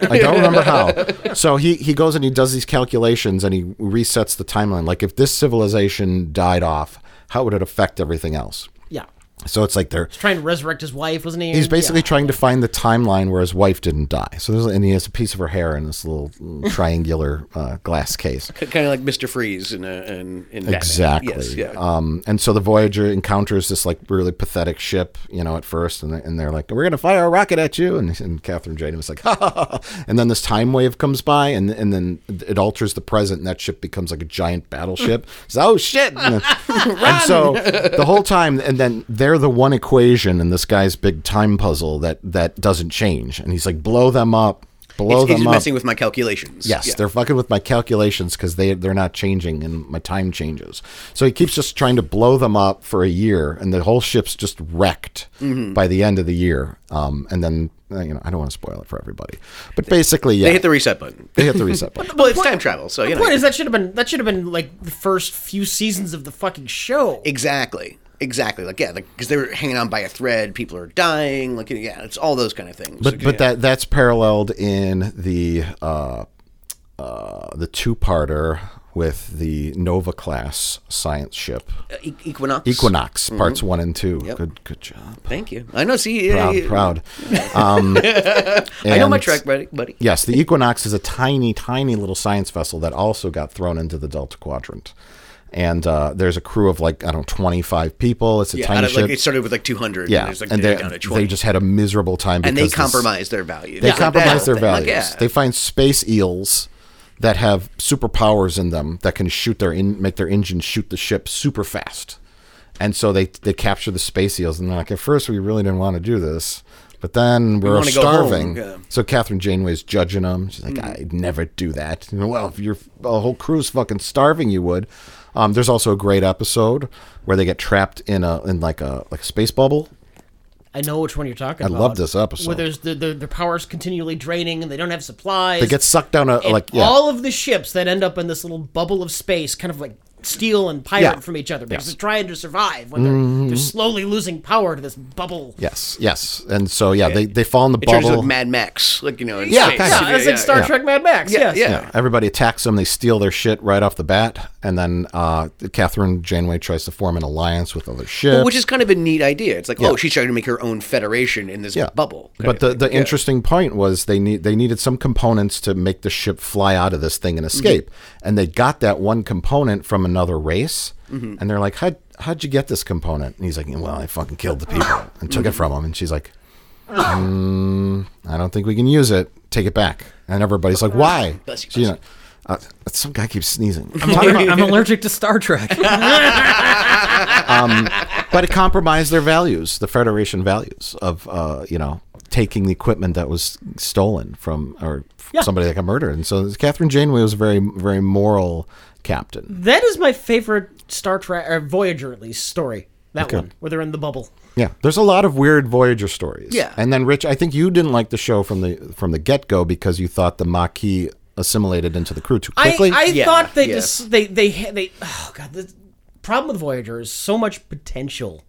C: I don't remember how. So he, he goes and he does these calculations and he resets the timeline. Like if this civilization died off, how would it affect everything else?
E: Yeah.
C: So it's like they're
E: Trying to resurrect his wife, wasn't he?
C: he's basically
E: Yeah.
C: trying to find the timeline where his wife didn't die. So there's and he has a piece of her hair in this little mm, triangular uh, glass case.
B: kind of like Mister Freeze and and in Batman.
C: Exactly.
B: Yes, yeah.
C: Um, and so the Voyager encounters this like really pathetic ship, you know, at first, and, they- and they're like, "We're gonna fire a rocket at you," and, and Catherine Jane was like, ha, ha, ha, ha." and then this time wave comes by, and and then it alters the present, and that ship becomes like a giant battleship. so oh shit! And, then- and so the whole time, and then they're the one equation in this guy's big time puzzle that that doesn't change, and he's like, "Blow them up."
B: it's,
C: blow
B: it's
C: them
B: just
C: up.
B: messing with my calculations.
C: Yes,
B: Yeah.
C: they're fucking with my calculations because they they're not changing and my time changes. So he keeps just trying to blow them up for a year, and the whole ship's just wrecked
B: Mhm.
C: by the end of the year. Um, and then uh, you know I don't want to spoil it for everybody, but basically yeah,
B: They hit the reset button.
C: They hit the reset button.
B: Well, it's time travel, so you
E: The
B: know.
E: point is that should have been that should have been like the first few seasons of the fucking show.
B: Exactly. Exactly. Like yeah, like because they were hanging on by a thread. People are dying. Like yeah, it's all those kind of things.
C: but
B: Like,
C: but
B: yeah.
C: that that's paralleled in the uh, uh, the two parter with the Nova class science ship
B: Uh, E- Equinox.
C: Equinox
B: Mhm.
C: parts one and two.
B: Yep.
C: Good good job.
B: Thank you. I know. See, yeah,
C: proud,
B: yeah.
C: proud. Um,
B: I know my
C: and-
B: track, buddy. buddy.
C: Yes, the Equinox is a tiny, tiny little science vessel that also got thrown into the Delta Quadrant. And uh, there's a crew of like I don't know, 25 people. It's a
B: Yeah,
C: tiny
B: out of,
C: ship.
B: like it started with like 200.
C: yeah,
B: and, there's, like,
C: and
B: they're
C: they-
B: down to
C: they
B: 20.
C: just had a miserable time
B: and they
C: because this-
B: compromise their values.
C: They
B: Like, that
C: compromise their
B: whole thing.
C: values.
B: Like, yeah.
C: They find space eels that have superpowers in them that can shoot their in, make their engines shoot the ship super fast. And so they they capture the space eels and they're like, at first we really didn't want to do this, but then
B: We
C: we're
B: wanna go home,
C: starving.
B: yeah. Mm-hmm.
C: So Catherine Janeway's judging them. She's like, I'd never do that. You know, well, if your a whole crew's fucking starving, you would. Um, there's also a great episode where they get trapped in a in like a like a space bubble.
E: I know which one you're talking
C: I
E: about.
C: love this episode.
E: Where there's the, the their powers continually draining and they don't have supplies.
C: They get sucked down a
E: And
C: Uh, like yeah.
E: all of the ships that end up in this little bubble of space, kind of like steal and pirate
C: Yeah.
E: from each other because
C: Yes.
E: they're trying to survive when they're, they're
C: Mhm.
E: slowly losing power to this bubble.
C: Yes, yes. And so yeah, they, they fall in the
B: It turns
C: bubble.
B: into Mad Max, like you know. in
E: Yeah,
B: space.
E: yeah, it's like Star
C: yeah.
E: Trek Mad Max.
B: Yeah,
E: yes.
B: yeah.
C: everybody attacks them. They steal their shit right off the bat, and then uh, Catherine Janeway tries to form an alliance with other ships.
B: Well, which is kind of a neat idea. It's like,
C: Yeah.
B: oh, she's trying to make her own federation in this
C: yeah,
B: bubble.
C: But the, the interesting point was they need they needed some components to make the ship fly out of this thing
D: Mm-hmm.
C: and escape, and they got that one component from another race,
D: Mm-hmm.
B: Mhm.
C: and they're like, "How how'd you get this component?" And he's like, "Well, I fucking killed the people and took it from them." And she's like, mm, "I don't think we can use it. Take it back." And everybody's like, "Why?"
D: Bless you,
C: So, you know, uh, some guy keeps sneezing.
D: I'm, aller- I'm allergic to Star Trek.
C: um, but it compromised their values, the Federation values of uh, you know taking the equipment that was stolen from or f-
E: Yeah.
C: somebody that got murdered. And so Catherine Janeway was a very very moral captain.
E: That is my favorite Star Trek or Voyager at least story. That
C: Okay.
E: one where they're in the bubble.
C: Yeah, there's a lot of weird Voyager stories.
E: Yeah.
C: and then Rich, I think you didn't like the show from the from the get go because you thought the Maquis assimilated into the crew too quickly.
E: I, I thought they just they they ha- they oh god the problem with Voyager is so much potential,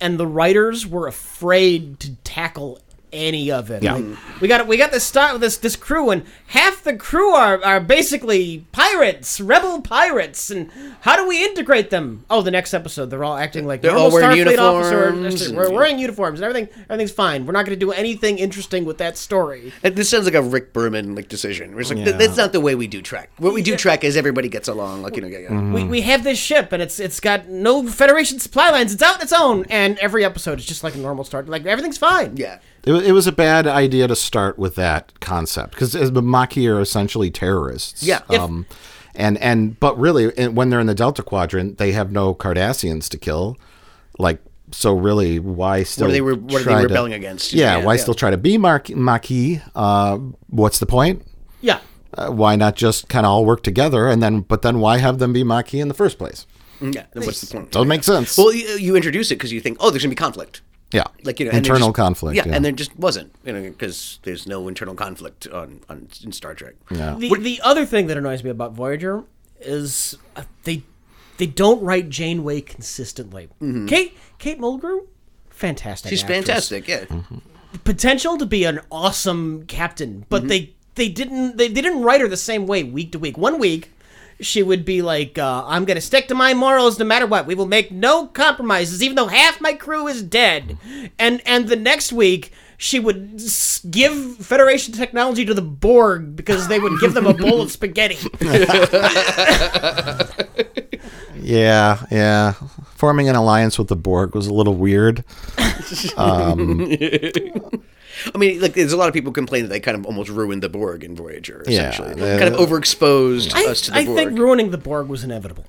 E: and the writers were afraid to tackle any of it.
C: Yeah.
E: Like, we got we got this start with this this crew, and half the crew are are basically pirates, rebel pirates, and how do we integrate them? Oh, the next episode they're all acting like
B: They're
E: normal
B: all wearing
E: Starfleet
B: uniforms
E: officers.
B: and-
E: We're wearing uniforms and everything. Everything's fine. We're not going to do anything interesting with that story.
B: And this sounds like a Rick Berman like decision. Where it's like,
E: Yeah.
B: "Th- that's not the way we do track. What we do track is everybody gets along. Like you know, yeah, yeah.
C: Mm-hmm.
E: we, we have this ship and it's it's got no Federation supply lines. It's out on its own, and every episode is just like a normal start. Like everything's fine.
B: Yeah,
C: It, wa- it was a bad idea to start with that concept because the Maquis are essentially terrorists.
E: Yeah. If-
C: Um, and and but really, and when they're in the Delta Quadrant, they have no Cardassians to kill. Like so, really, why still?
B: are they re- what are they
C: try to-
B: rebelling against?
C: Yeah.
B: Yeah,
C: why
B: yeah.
C: still try to be Mar- Maquis? Uh, what's the point?
E: Yeah.
C: Uh, why not just kind of all work together and then? But then why have them be Maquis in the first place?
B: Mm, yeah. then What's the point?
C: Doesn't make sense.
B: Well, you, you introduce it because you think, oh, there's gonna be conflict.
C: Yeah.
B: Like you know, and there
C: internal
B: just-
C: conflict.
B: Yeah, and there just wasn't. You know, because there's no internal conflict on, on in Star Trek.
C: Yeah.
E: The the other thing that annoys me about Voyager is uh, they they don't write Janeway consistently.
B: Mhm.
E: Kate Kate Mulgrew, fantastic.
B: She's
E: actress.
B: fantastic. Yeah.
E: Potential to be an awesome captain, but
B: Mhm.
E: they they didn't they, they didn't write her the same way week to week. One week. She would be like, uh, "I'm gonna stick to my morals no matter what. We will make no compromises, even though half my crew is dead." And and the next week, she would s- give Federation technology to the Borg because they would give them a bowl of spaghetti.
C: Yeah, yeah. Forming an alliance with the Borg was a little weird. Um,
B: I mean, like, there's a lot of people complain that they kind of almost ruined the Borg in Voyager,
C: Yeah,
B: essentially.
C: they-
B: kind of overexposed
E: I,
B: us to the
E: I
B: Borg.
E: think ruining the Borg was inevitable.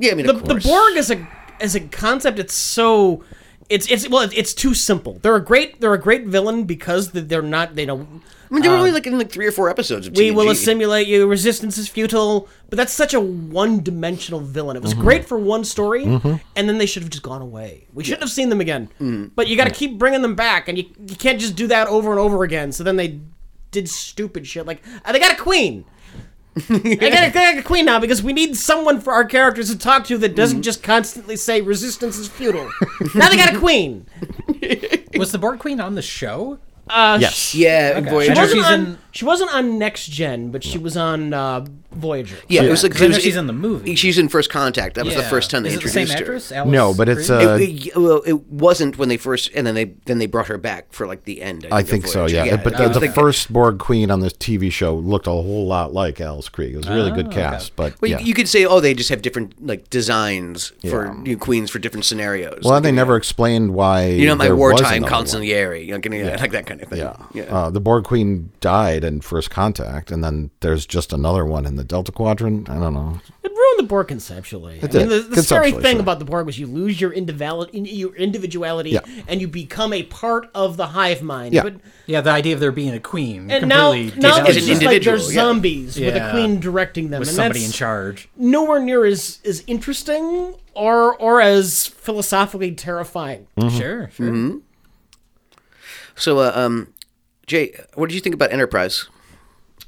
B: yeah, I mean,
E: the,
B: of
E: the
B: course.
E: Borg as a as a concept, it's so It's it's well, it's too simple. They're a great they're a great villain because th- they're not they don't.
B: I mean, they were only like in like three or four episodes. Of
E: um, We will
B: TNG.
E: assimilate you. Resistance is futile, but that's such a one-dimensional villain. It was
D: Mm-hmm.
B: Mhm.
E: great for one story,
B: Mhm.
E: and then they should have just gone away. We shouldn't have seen them again.
D: Mm.
E: But you got to keep bringing them back, and you you can't just do that over and over again. So then they did stupid shit like "Ah, they got a queen. I got a, they got a queen now because we need someone for our characters to talk to that
D: Mm-hmm.
E: doesn't just constantly say resistance is futile. now they got a queen.
D: Was the Borg Queen on the show?
E: Uh,
D: Yes.
E: sh-
D: Yeah,
E: okay.
D: Voyager.
E: She wasn't,
D: She's
E: on,
D: in-
E: she wasn't on Next Gen, but she was on uh, Voyager.
B: Yeah, it was like
E: 'cause I
B: it
E: know
B: was-
E: she's
B: it-
E: in the movie.
B: She's in First Contact. That was the
E: Yeah.
B: first time they
E: Is it the same
B: introduced
E: actress,
B: her.
E: Alice No, but it's,
B: It-
C: uh,
B: it- well, it wasn't when they first, and then they then they brought her back for like the end.
C: I
B: of
C: think so,
B: Voyager.
C: yeah. but
B: it
C: the,
B: was
C: the
B: like-
C: first Borg Queen on the TV show looked a whole lot like Alice Krieg. It was a really
B: Ah,
C: good
B: okay.
C: cast, but
B: Well, you-
C: yeah.
B: you could say, oh, they just have different like designs for you know, queens for different scenarios.
C: well, and they never explained why.
B: you know, my
C: there was
B: wartime
C: another one.
B: consigliere, you know, getting, like that kind of thing. Yeah,
C: Uh, the Borg Queen died in First Contact, and then there's just another one in the Delta Quadrant. I don't know.
E: It ruined the Borg conceptually.
C: It
E: I mean, the,
C: did.
E: the scary
C: Conceptually,
E: thing
C: sure.
E: about the Borg was you lose your, individual, in, your individuality
C: Yeah.
E: and you become a part of the hive mind. But,
D: yeah, the idea of there being a queen.
E: and now,
D: completely
E: now
D: details
E: it's
D: that.
E: just like they're zombies with a queen directing them.
D: With
E: and
D: somebody
E: that's
D: in charge.
E: Nowhere near as, as interesting or, or as philosophically terrifying.
D: Sure,
E: sure.
B: Mhm. So, uh, um, Jay, what did you think about Enterprise?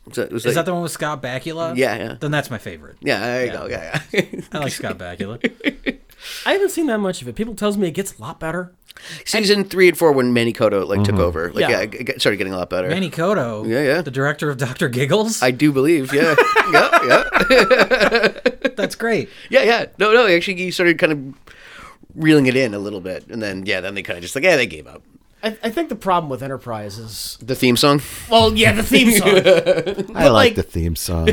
B: Was that, was
D: Is that the one with Scott Bakula?
B: Yeah, yeah.
D: Then that's my favorite.
B: Yeah, there you go. Yeah, yeah.
D: I like Scott Bakula.
E: I haven't seen that much of it. People tells me it gets a lot better.
B: season three and four when Manny Cotto like took over? Like,
E: Yeah.
B: yeah, it it started getting a lot better.
D: Manny Koto,
B: yeah, yeah, the
D: director of Doctor Giggles.
B: I do believe, yeah, yeah, yeah.
D: That's great.
B: Yeah, yeah. No, no. Actually, you started kind of reeling it in a little bit, and then yeah, then they kind of just like yeah, they gave up.
E: I, I think the problem with Enterprise is
B: The theme song.
E: well, yeah, the theme song.
C: I
E: But,
C: like, the theme song.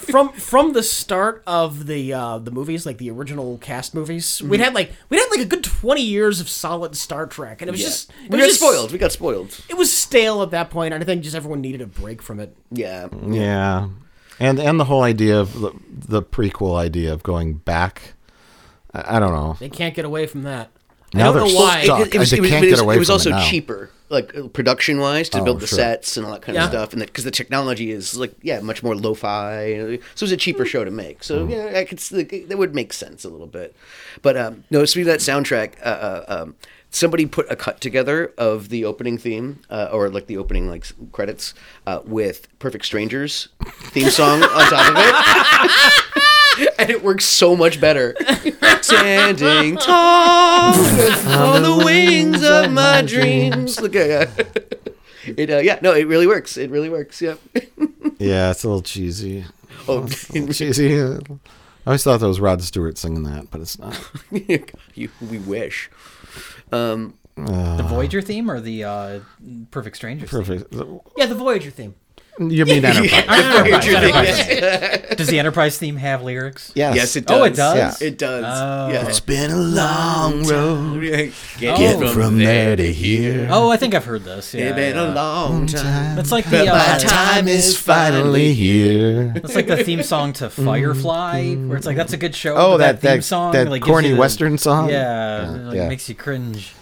E: from from the start of the uh, the movies, like the original cast movies, we'd had like we'd had like a good twenty years of solid Star Trek, and it was
B: Yeah.
E: just it
B: we
E: was
B: got
E: just-
B: spoiled. We got spoiled.
E: It was stale at that point, and I think just everyone needed a break from it.
B: Yeah,
C: Yeah, and and the whole idea of the, the prequel idea of going back. I, I don't know.
E: they can't get away from that.
C: Now
E: I don't
C: they're
E: know why.
C: stuck. It- it was- They can't
B: it was,
C: get away
B: it was
C: from it
B: also
C: now.
B: cheaper, like production wise, to
C: Oh,
B: build the
C: sure.
B: sets and all that kind
E: Yeah.
B: of stuff, and because the technology is like yeah, much more lo-fi. you know, So it's a cheaper show to make. So
C: Mm.
B: yeah, I could s- like, that would make sense a little bit. But um, no, speaking of that soundtrack, uh, uh, um, somebody put a cut together of the opening theme uh, or like the opening like s- credits uh, with Perfect Strangers theme song on top of it. And it works so much better. Standing tall on the wings of my dreams. Look at it. Uh, yeah, no, it really works. It really works. Yep.
C: Yeah, it's a little cheesy.
B: Oh,
C: It's a little cheesy. I always thought that was Rod Stewart singing that, but it's not.
B: you, we wish. Um,
D: the Voyager theme or the uh, Perfect Strangers?
C: Perfect.
E: Yeah, the Voyager theme.
C: You mean Enterprise?
D: Ah, Enterprise,
C: Voyager theme,
D: Enterprise.
B: yes.
D: Does the Enterprise theme have lyrics?
C: Yes. Yes, it
D: Oh, it
C: does.
D: does.
C: Yeah.
B: It does.
D: Oh.
B: Yeah.
C: It's been a long road.
B: Get,
C: Get from there to here.
D: Oh, I think I've heard this. Yeah,
B: It's been a
D: yeah.
B: long time.
D: That's like
B: but
D: the
B: my
D: uh,
B: time is
C: finally here.
D: That's like the theme song to Firefly, where it's like that's a good show.
C: Mm-hmm. Oh,
D: but
C: that- that-
D: theme song,
C: that
D: like, gives
C: corny
D: you the-
C: Western song?
D: Yeah,
C: Yeah,
D: like,
C: yeah.
D: makes you cringe.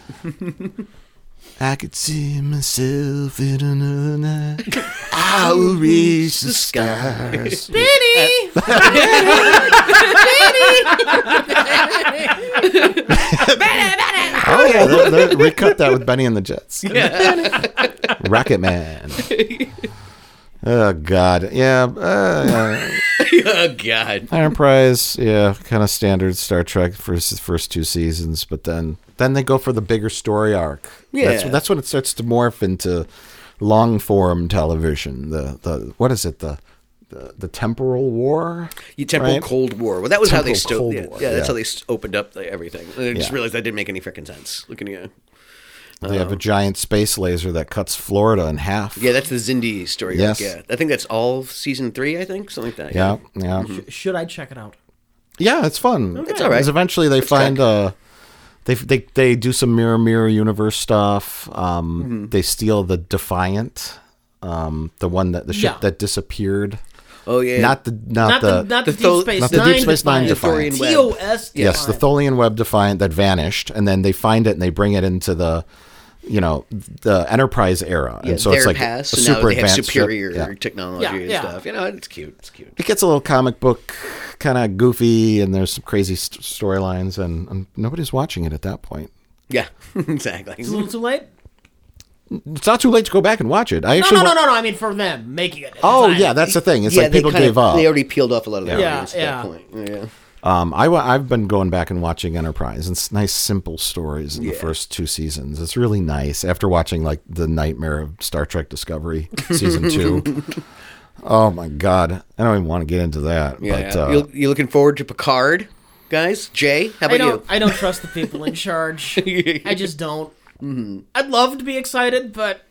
C: I could see myself in another night. I will reach the stars.
E: Benny!
C: Oh, yeah, they, they, we cut that with Benny and the Jets. Rocket Man. Oh God, yeah. Uh,
B: oh God.
C: Enterprise, yeah, kind of standard Star Trek for the first two seasons, but then then they go for the bigger story arc. that's,
B: Yeah.
C: that's when it starts to morph into long form television. The the what is it the the, the temporal war?
B: You temporal
C: right?
B: Cold War. Well, that was how they
C: Temporal
B: still.
C: Cold
B: Yeah,
C: War,
B: yeah, that's
C: yeah.
B: how they s- opened up like, everything. I just
C: Yeah.
B: realized that didn't make any freaking sense. Looking at you.
C: They have a giant space laser that cuts Florida in half.
B: Oh. Yeah, that's the Zindi story. arc,
C: Yes.
B: Yeah, I think that's all of season three. I think something like that.
C: Yeah, yeah.
B: Mm-hmm.
E: Should I check it out?
C: Yeah, it's fun.
B: It's all right.
C: 'Cause eventually they find uh they they they do some mirror mirror universe stuff. Um
B: Mm-hmm.
C: they steal the Defiant, um the one that the ship
B: Yeah.
C: that disappeared.
B: Oh yeah,
C: not the not,
E: Not
C: the,
E: the- not the The Deep Thol- Space
C: not the
E: Nine
C: Deep Space Nine
E: Defiant.
C: Defiant.
E: The Thorian Web. TOS
C: Yes, the Tholian Web Defiant that vanished, and then they find it and they bring it into the, you know, the Enterprise era,
B: Yeah,
C: and so
B: their
C: it's like
B: past,
C: a
B: and now
C: super
B: they have
C: advanced ship.
B: superior
C: Yeah.
B: technology
E: Yeah,
B: and
E: yeah.
B: stuff. You know, it's cute. It's cute.
C: It gets a little comic book, kind of goofy, and there's some crazy st- storylines, and, and nobody's watching it at that point.
B: Yeah, exactly.
E: It's a little too late.
C: It's not too late to go back and watch it. I
E: No,
C: actually
E: no,
C: wa-
E: no, no, no. I mean, for them making it. at the
C: Oh
E: time.
C: yeah, that's the thing. It's
B: Yeah,
C: like
B: they
C: people
B: kind of-
C: gave up.
B: They already peeled off a lot of their
E: Yeah,
B: audience at
E: yeah.
B: that point. Yeah.
C: Um, I, wa- I've been going back and watching Enterprise. It's nice, simple stories in the
B: Yeah.
C: first two seasons. It's really nice after watching like the Nightmare of Star Trek Discovery season two. oh my god, I don't even want to get into that.
B: Yeah.
C: but uh,
B: you you looking forward to Picard, guys? Jay, how
E: I
B: about
E: don't.
B: you?
E: I don't trust the people in charge. I just don't. I'd love to be excited, but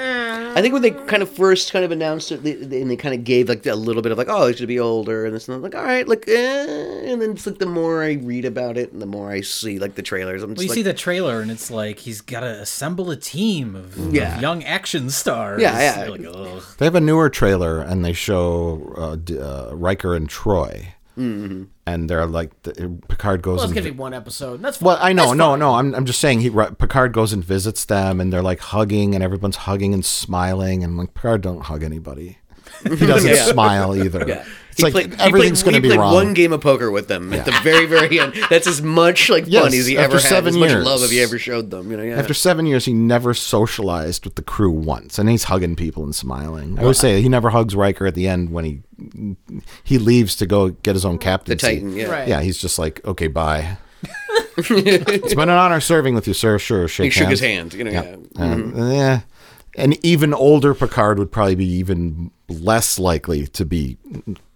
E: eh.
B: I think when they kind of first kind of announced it, they, they- and they kind of gave like a little bit of like, oh, he's gonna be older, and it's not like, all right, like, eh. and then it's like the more I read about it, and the more I see like the trailers, I'm just
D: Well, you
B: like,
D: see the trailer and it's like he's got to assemble a team of, of
B: Yeah.
D: young action stars.
B: Yeah, yeah.
D: You're like, ugh.
C: they have a newer trailer and they show uh, D- uh, Riker and Troy, and they're like the, Picard goes.
E: Mm-hmm. well, it's
C: and
E: gonna be
C: vi-
E: one episode. That's fine.
C: well, I know,
E: That's
C: no,
E: fine.
C: no. I'm, I'm just saying. He Ri- Picard goes and visits them, and they're like hugging, and everyone's hugging and smiling, and like Picard don't hug anybody. He doesn't
B: Yeah.
C: smile either.
B: Yeah.
C: It's like everything's going to be
B: played
C: wrong.
B: one game of poker with them at the very, very end. That's as much like
C: Yes,
B: fun as he
C: after
B: ever had,
C: seven
B: as
C: years.
B: much love have you ever showed them. You know, yeah.
C: After seven years, he never socialized with the crew once, and he's hugging people and smiling. I always say he never hugs Riker at the end when he he leaves to go get his own
B: the
C: captaincy.
B: Titan, yeah.
E: Right.
C: Yeah, he's just like, okay, bye. it's been an honor serving with you, sir. Sure, shake
B: He shook his
C: hands.
B: hand. You know, yeah.
C: Um,
B: Mm-hmm.
C: yeah. An even older Picard would probably be even less likely to be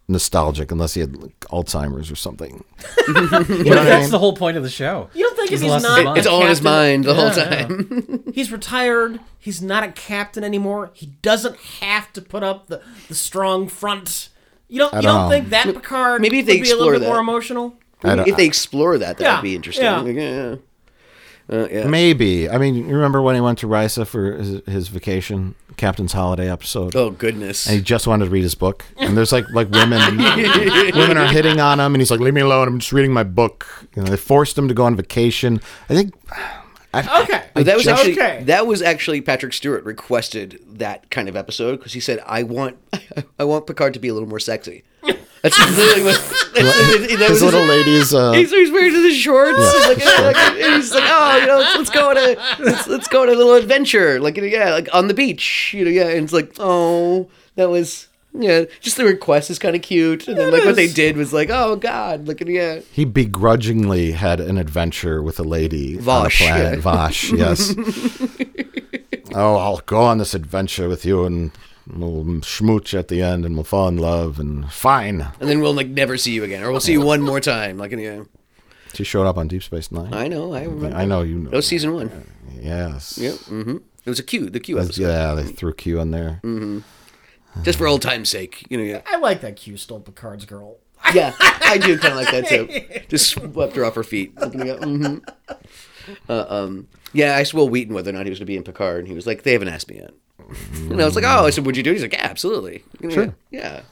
C: nostalgic unless he had like, Alzheimer's or something.
D: But that's the whole point of the show.
E: You don't think if he's
D: lost his
E: not?
D: mind.
B: It's all in his
E: captain-
B: mind the whole
D: Yeah, yeah.
B: time.
E: He's retired. He's not a captain anymore. He doesn't have to put up the, the strong front. You don't. you
C: don't
E: don't
C: know.
E: think that Picard
B: maybe if
E: would
B: they
E: be a little
B: explore
E: bit
B: that.
E: more emotional?
C: I don't-
B: if they explore that, that
E: Yeah,
B: would be interesting.
E: yeah.
B: Yeah. yeah. Uh, yeah.
C: Maybe. I mean, you remember when he went to Risa for his, his vacation, Captain's Holiday episode?
B: Oh goodness.
C: And he just wanted to read his book. And there's like like women women are hitting on him and he's like, Leave me alone, I'm just reading my book. You know, they forced him to go on vacation. I think I,
E: Okay.
B: But that was
E: just-
B: actually
E: Okay.
B: that was actually Patrick Stewart requested that kind of episode because he said, "I want, I want Picard to be a little more sexy." That's literally what. That's, that was
C: his little ladies uh,
B: He's, he's wearing his shorts. and like, and like- and he's like, oh, you know, let's, let's go on a let's, let's go on a little adventure, like you know, yeah, like on the beach, you know, yeah. And it's like, oh, that was yeah. Just the request is kind of cute, and then like what they did was like, oh god, look at yeah.
C: he begrudgingly had an adventure with a lady
B: Vosh,
C: on a planet.
B: yeah.
C: Vosh, yes. oh, I'll go on this adventure with you and we'll schmooch at the end and we'll fall in love and fine.
B: And then we'll like never see you again, or we'll see you one more time, like yeah.
C: She showed up on Deep Space Nine.
B: I know, I remember.
C: I know you know.
B: That was season one.
C: Yes.
B: Yep. Mm-hmm. It was a Q, the Q
C: That's-
B: episode,
C: yeah, they threw Q in there.
B: Mm. just for old time's sake, you know. Yeah,
E: I like that Q stole Picard's girl.
B: yeah, I do kind of like that too. Just swept her off her feet. hmm Uh, um, yeah, I asked Will Wheaton whether or not he was going to be in Picard, and he was like, "They haven't asked me yet." And I was like, "Oh," I said, "Would you do it?" He's like, "Yeah, absolutely." You know,
C: Sure.
B: Yeah.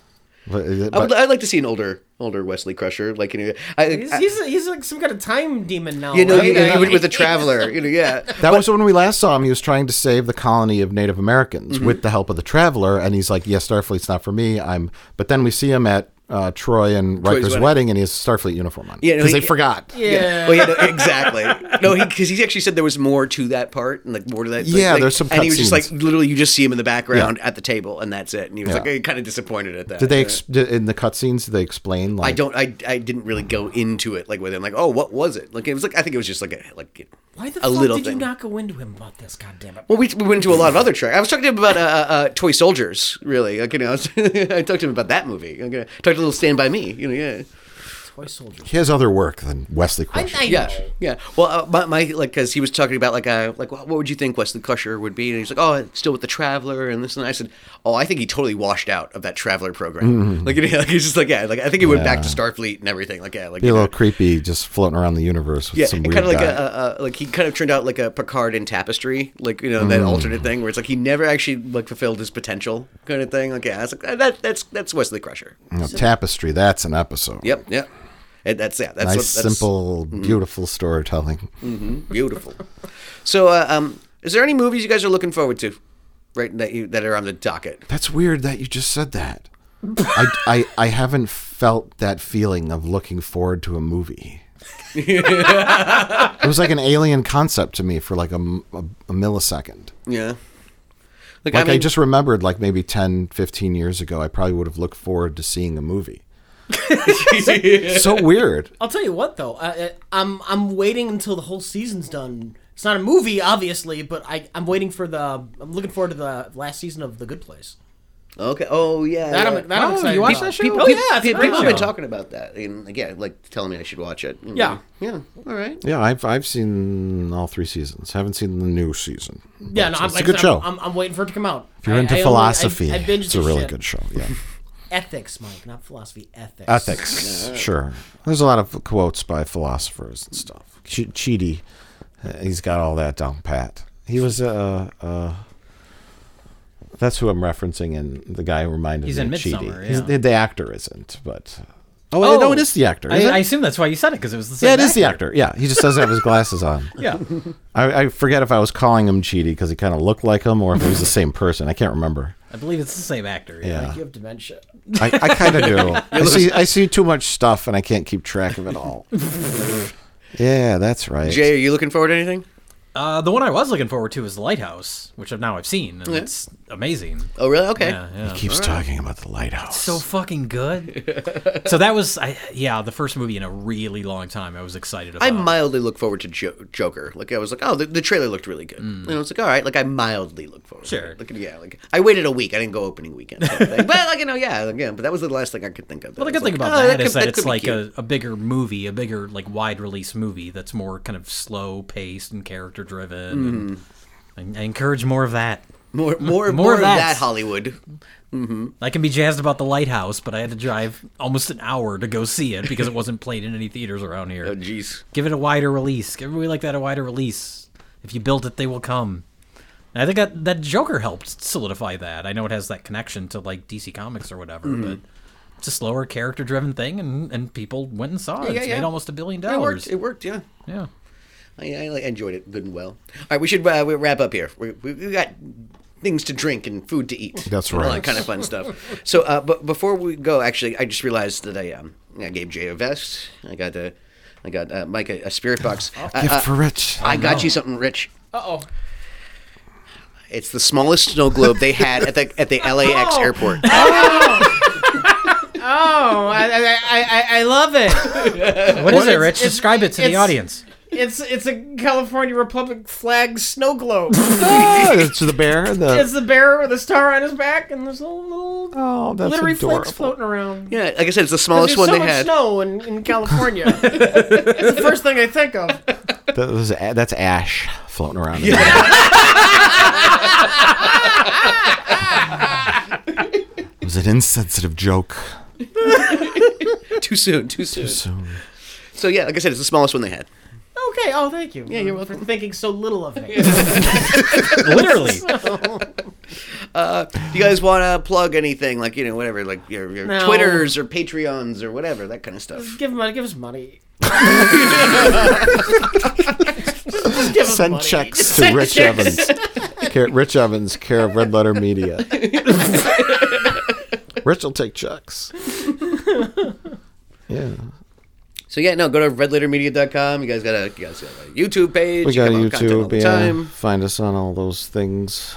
C: But, uh, but-
B: I would, I'd like to see an older, older Wesley Crusher, like you know, I,
E: He's,
B: I-
E: he's, he's like some kind of time demon now.
B: you know,
E: right?
B: you know,
E: I-
B: with- with the Traveler, you know, yeah,
C: that was when we last saw him. He was trying to save the colony of Native Americans
B: Mm-hmm.
C: with the help of the Traveler, and he's like, "Yeah, Starfleet's not for me." I'm. But then we see him at uh, Troy and
B: Troy's
C: Riker's
B: wedding.
C: wedding. and he has a Starfleet uniform on.
B: Yeah, no,
C: because
B: he-
C: they forgot.
E: yeah.
B: Oh yeah, no, exactly. No, because he, actually said there was more to that part and like more to that. like-
C: Yeah,
B: like-
C: there's some
B: And he was just like
C: cutscenes.
B: literally, you just see him in the background at the table, and that's it. And he was
C: Yeah.
B: like kind of disappointed at that.
C: Did they
B: Yeah.
C: ex- did, in the cutscenes? Did they explain? Like,
B: I don't. I, I didn't really go into it like with him. Like, oh, what was it? Like it was like I think it was just like a like
E: Why the
B: a
E: fuck
B: little
E: did
B: thing.
E: you not go into him about this? God damn it!
B: well, we, we went into a lot of other tracks. I was talking to him about uh, uh, toy soldiers. Really, like you know, I, was- I talked to him about that movie. Like, uh, talked a little Stand by Me. You know, yeah.
E: Toy soldiers.
C: He has other work than Wesley Crusher.
B: yeah, yeah. Well, uh, my, my like because he was talking about like uh, like what would you think Wesley Crusher would be, and he's like, oh, still with the Traveler and this and that. I said, oh, I think he totally washed out of that Traveler program.
C: Mhm.
B: Like, you know, like he's just like yeah, like I think he went back to
C: Yeah.
B: Starfleet and everything. Like yeah, like
C: Be a
B: you know,
C: little creepy, just floating around the universe with
B: yeah,
C: some
B: and
C: weird
B: kind of like
C: guy.
B: a, uh, a, a like he kind of turned out like a Picard in Tapestry, like you know that
C: Mm.
B: alternate thing where it's like he never actually like fulfilled his potential kind of thing. Like yeah, it's like that that's that's Wesley Crusher.
C: You know, tapestry. That's an episode.
B: Yep, yep. And that's yeah. That's what,
C: nice,
B: that's, mm-hmm.
C: simple, beautiful storytelling.
B: hmm beautiful. so, uh, um, is there any movies you guys are looking forward to, right? That you that are on the docket.
C: That's weird that you just said that. I, I, I haven't felt that feeling of looking forward to a movie. It was like an alien concept to me for like a, m- a- a millisecond.
B: Yeah.
C: Like, I,
B: mean-
C: just remembered, like maybe 10, 15 years ago, I probably would have looked forward to seeing a movie. so weird.
E: I'll tell you what though, I, I- I'm I'm waiting until the whole season's done. It's not a movie, obviously, but I I'm waiting for the. I'm looking forward to the last season of The Good Place.
B: Okay. Oh yeah.
E: That I'm-
B: yeah.
E: that I'm Oh, excited you watch about. that show?
B: People,
E: Oh,
B: people-
E: yeah, it's a
B: people
E: great
B: have been
E: show.
B: talking about that, and again, like telling me I should watch it. you
E: Yeah.
B: know. Yeah. All right.
C: Yeah, I've I've seen all three seasons. Haven't seen the new season.
E: Yeah,
C: But
E: no,
C: it's,
E: I'm,
C: it's
E: like
C: a
E: I
C: good
E: said,
C: show.
E: I'm, I'm, I'm waiting for it to come out.
C: if you're
E: I-
C: into
E: I only- I-
C: philosophy,
E: I binge
C: it's a
E: this
C: really
E: shit.
C: good show. Yeah,
E: Ethics, Mike, not philosophy. Ethics.
C: ethics. Sure, there's a lot of quotes by philosophers and stuff. Ch- Chidi, uh, he's got all that down pat. He was uh uh. That's who I'm referencing, and the guy who reminded
D: He's
C: me.
D: in
C: of Chidi.
D: Midsummer,
C: He's-
D: yeah.
C: the, the actor isn't, but oh, wait, no, it is the actor.
D: I,
C: isn't it?
D: I assume that's why you said it because it was the same.
C: yeah, it is the actor. Yeah, he just doesn't have his glasses on.
D: Yeah.
C: I, I forget if I was calling him Cheaty because he kind of looked like him, or if he was the same person. I can't remember.
D: I believe it's the same actor.
C: Yeah.
E: You have dementia.
C: I, I kind of do. I see. I see too much stuff, and I can't keep track of it all. yeah, that's right.
B: Jay, are you looking forward to anything?
D: Uh, the one I was looking forward to is The Lighthouse, which I've now I've seen, and
B: Yeah.
D: it's amazing.
B: Oh really? Okay.
D: Yeah, yeah.
C: he keeps talking about the lighthouse.
D: So fucking good. so that was, I, yeah, the first movie in a really long time. I was excited about.
B: I mildly look forward to jo- Joker. Like I was like, oh, the, the trailer looked really good,
D: Mm.
B: and I was like, all right. Like I mildly look forward. Sure. Like yeah, like I waited a week. I didn't go opening weekend, kind of thing. but like you know, yeah, like, yeah. But that was the last thing I could think of.
D: well, the
B: I
D: good
B: was
D: thing
B: like,
D: about
B: oh,
D: that
B: could-
D: is that it's
B: could be
D: like
B: cute.
D: a, a bigger movie, a bigger like wide release movie that's more kind of slow paced and character driven.
B: Mm.
D: And I, I encourage more of that.
B: More, more, more, of that Hollywood. Mm-hmm.
D: I can be jazzed about the lighthouse, but I had to drive almost an hour to go see it because it wasn't played in any theaters around here.
B: Oh, jeez.
D: Give it a wider release. Give a movie like that a wider release. If you build it, they will come. And I think that that Joker helped solidify that. I know it has that connection to like DC Comics or whatever,
B: Mhm.
D: but it's a slower character-driven thing, and, and people went and saw it. it's made almost a billion
B: It worked.
D: dollars.
B: It worked. Yeah.
D: Yeah.
B: I, I like, enjoyed it good and well. All right, we should uh, we wrap up here. We, we, we got things to drink and food to eat.
C: That's
B: All that
C: right.
B: kind of fun stuff. So, uh, but before we go, actually, I just realized that I um I gave Jay a vest. I got a, I got uh, Mike a, a spirit box. Uh,
C: Gift
B: uh,
C: for Rich.
B: I
C: Oh,
B: got
C: no.
B: you something, Rich.
E: Uh oh.
B: It's the smallest snow globe they had at the at the LAX airport.
E: Oh, I, I, I, I love it.
D: What is it,
E: It's-
D: Rich?
E: it's-
D: Describe it to the
E: it's-
D: audience.
E: It's it's a California Republic flag snow globe.
C: Ah, it's the bear. and The
E: it's the bear with a star on his back, and there's a little
C: oh, that's
E: glittery
C: adorable.
E: flakes floating around.
B: Yeah, like I said, it's the
E: 'Cause
B: smallest
E: there's
B: one
E: so
B: they
E: much
B: had.
E: snow in, in California. it's the first thing I think of.
C: That was a- that's ash floating around. in there. it was an insensitive joke.
B: too soon. Too soon.
C: Too soon.
B: So yeah, like I said, it's the smallest one they had.
E: Okay. Oh, thank you. Yeah, you're welcome for thinking so little of me.
B: Literally.
E: So-
B: Uh, do you guys want to plug anything, like you know, whatever, like your, your
E: No.
B: Twitters or Patreons or whatever, that kind of stuff?
E: give money. Give us money. give us
C: Send
E: money.
C: checks to
E: Send
C: Rich
E: checks.
C: Evans. Care, Rich Evans, care of Red Letter Media. Rich will take checks. Yeah.
B: So yeah, no, go to redlettermedia.com. You guys got a you guys got a YouTube page.
C: We got a
B: you come out with content all
C: YouTube.
B: the
C: Yeah.
B: time.
C: Find us on all those things.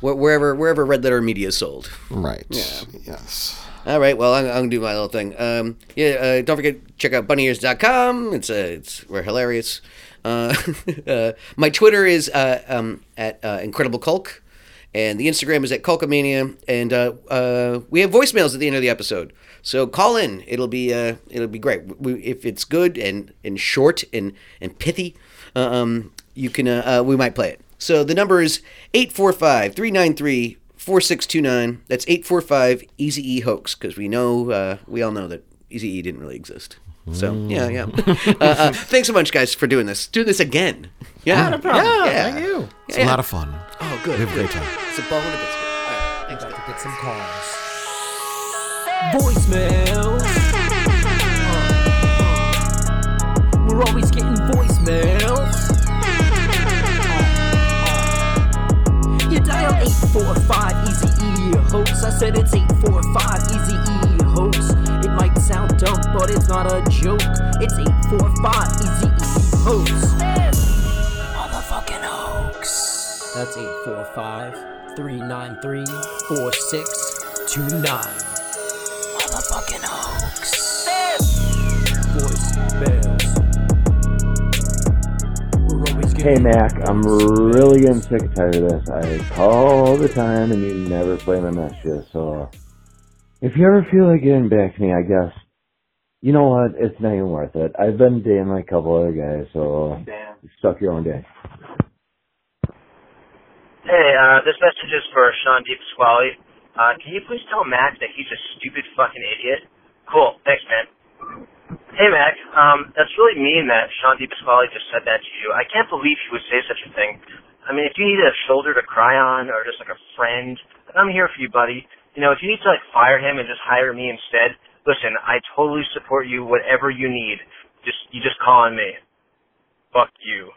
B: Wh- wherever wherever Red Letter Media is sold.
C: Right.
B: Yeah.
C: Yes.
B: All right. Well, I'm, I'm gonna do my little thing. Um, yeah. Uh, don't forget to check out bunnyears.com. It's uh, it's we're hilarious. Uh, uh, my Twitter is uh, um, at uh, Incredible Culk, And the Instagram is at Culcomania. And uh, uh, we have voicemails at the end of the episode. So call in. It'll be uh, it'll be great. We, if it's good and, and short and, and pithy, uh, um, you can uh, uh, we might play it. So the number is 845 393 4629. That's 845 Easy E hoax because we know, uh, we all know that Easy E didn't really exist. So,
E: Mm.
B: yeah, yeah. uh, uh, thanks so much, guys, for doing this. Do this again. Yeah.
E: Not a problem.
B: Yeah.
E: Thank you.
C: It's
B: Yeah.
C: a lot of fun.
B: Oh, good.
C: We have a great time.
B: It's a ball and a biscuit. All right. Thanks, guys.
A: Get some calls. Voicemail. We're always getting voicemails.
K: You dial 845 Easy E hoax. I said it's 845 Easy E hoax. It might sound dumb, but it's not a joke. It's 845 Easy E hoax. Motherfucking hoax. That's 845 393 4629. Motherfucking hoax.
L: Hey Mac, I'm really getting sick and tired of this. I call all the time and you never play my messages. So if you ever feel like getting back to me, I guess you know what? It's not even worth it. I've been dating like a couple other guys, so suck your own dick.
M: Hey, uh, this message is for Sean Deep Squally. Uh, can you please tell Mac that he's a stupid fucking idiot? Cool. Thanks, man. Hey, Mac. Um, that's really mean that Sean Deep Squally just said that to you. I can't believe he would say such a thing. I mean, if you need a shoulder to cry on or just like a friend, I'm here for you, buddy. You know, if you need to like fire him and just hire me instead, listen, I totally support you whatever you need. Just, you just call on me. Fuck you.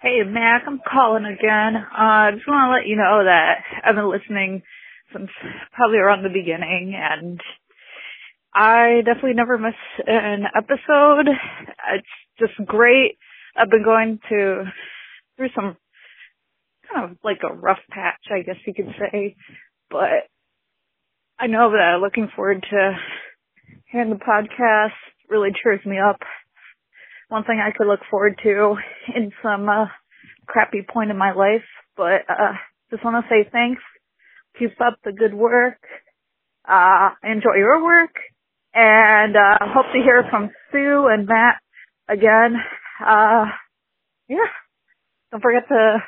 N: Hey, Mac, I'm calling again. Uh, I just want to let you know that I've been listening since probably around the beginning, and I definitely never miss an episode. It's just great. I've been going to through some kind of like a rough patch, I guess you could say, but I know that I'm looking forward to hearing the podcast. Really cheers me up one thing I could look forward to in some uh, crappy point in my life. But uh, just want to say thanks. Keep up the good work. Uh, enjoy your work, and uh, hope to hear from Sue and Matt again. Uh, yeah, don't forget to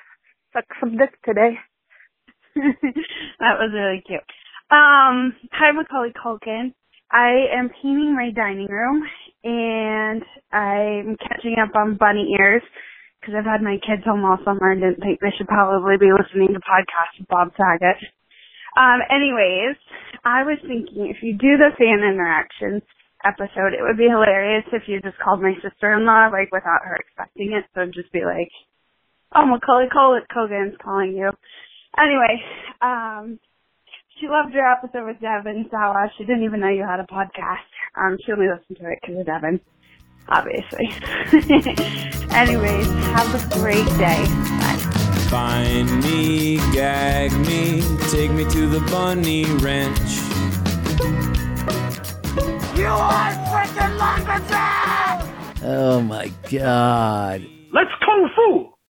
N: suck some dick today.
O: that was really cute. Um, hi, Macaulay Culkin. I am painting my dining room, and I'm catching up on bunny ears because I've had my kids home all summer and didn't think they should probably be listening to podcasts with Bob Saget. Um, anyways, I was thinking if you do the fan interactions episode, it would be hilarious if you just called my sister-in-law like without her expecting it. So it'd just be like, "Oh, Macaulay Cul- Culkin's calling you." Anyway, um, she loved your episode with Devin Sawa. She didn't even know you had a podcast. Um, she only listened to it because of Devin, obviously. Anyways, have a great day.
A: Find me, gag me, take me to the bunny ranch.
F: You are freaking longer than
D: Oh my god.
P: Let's kung fu.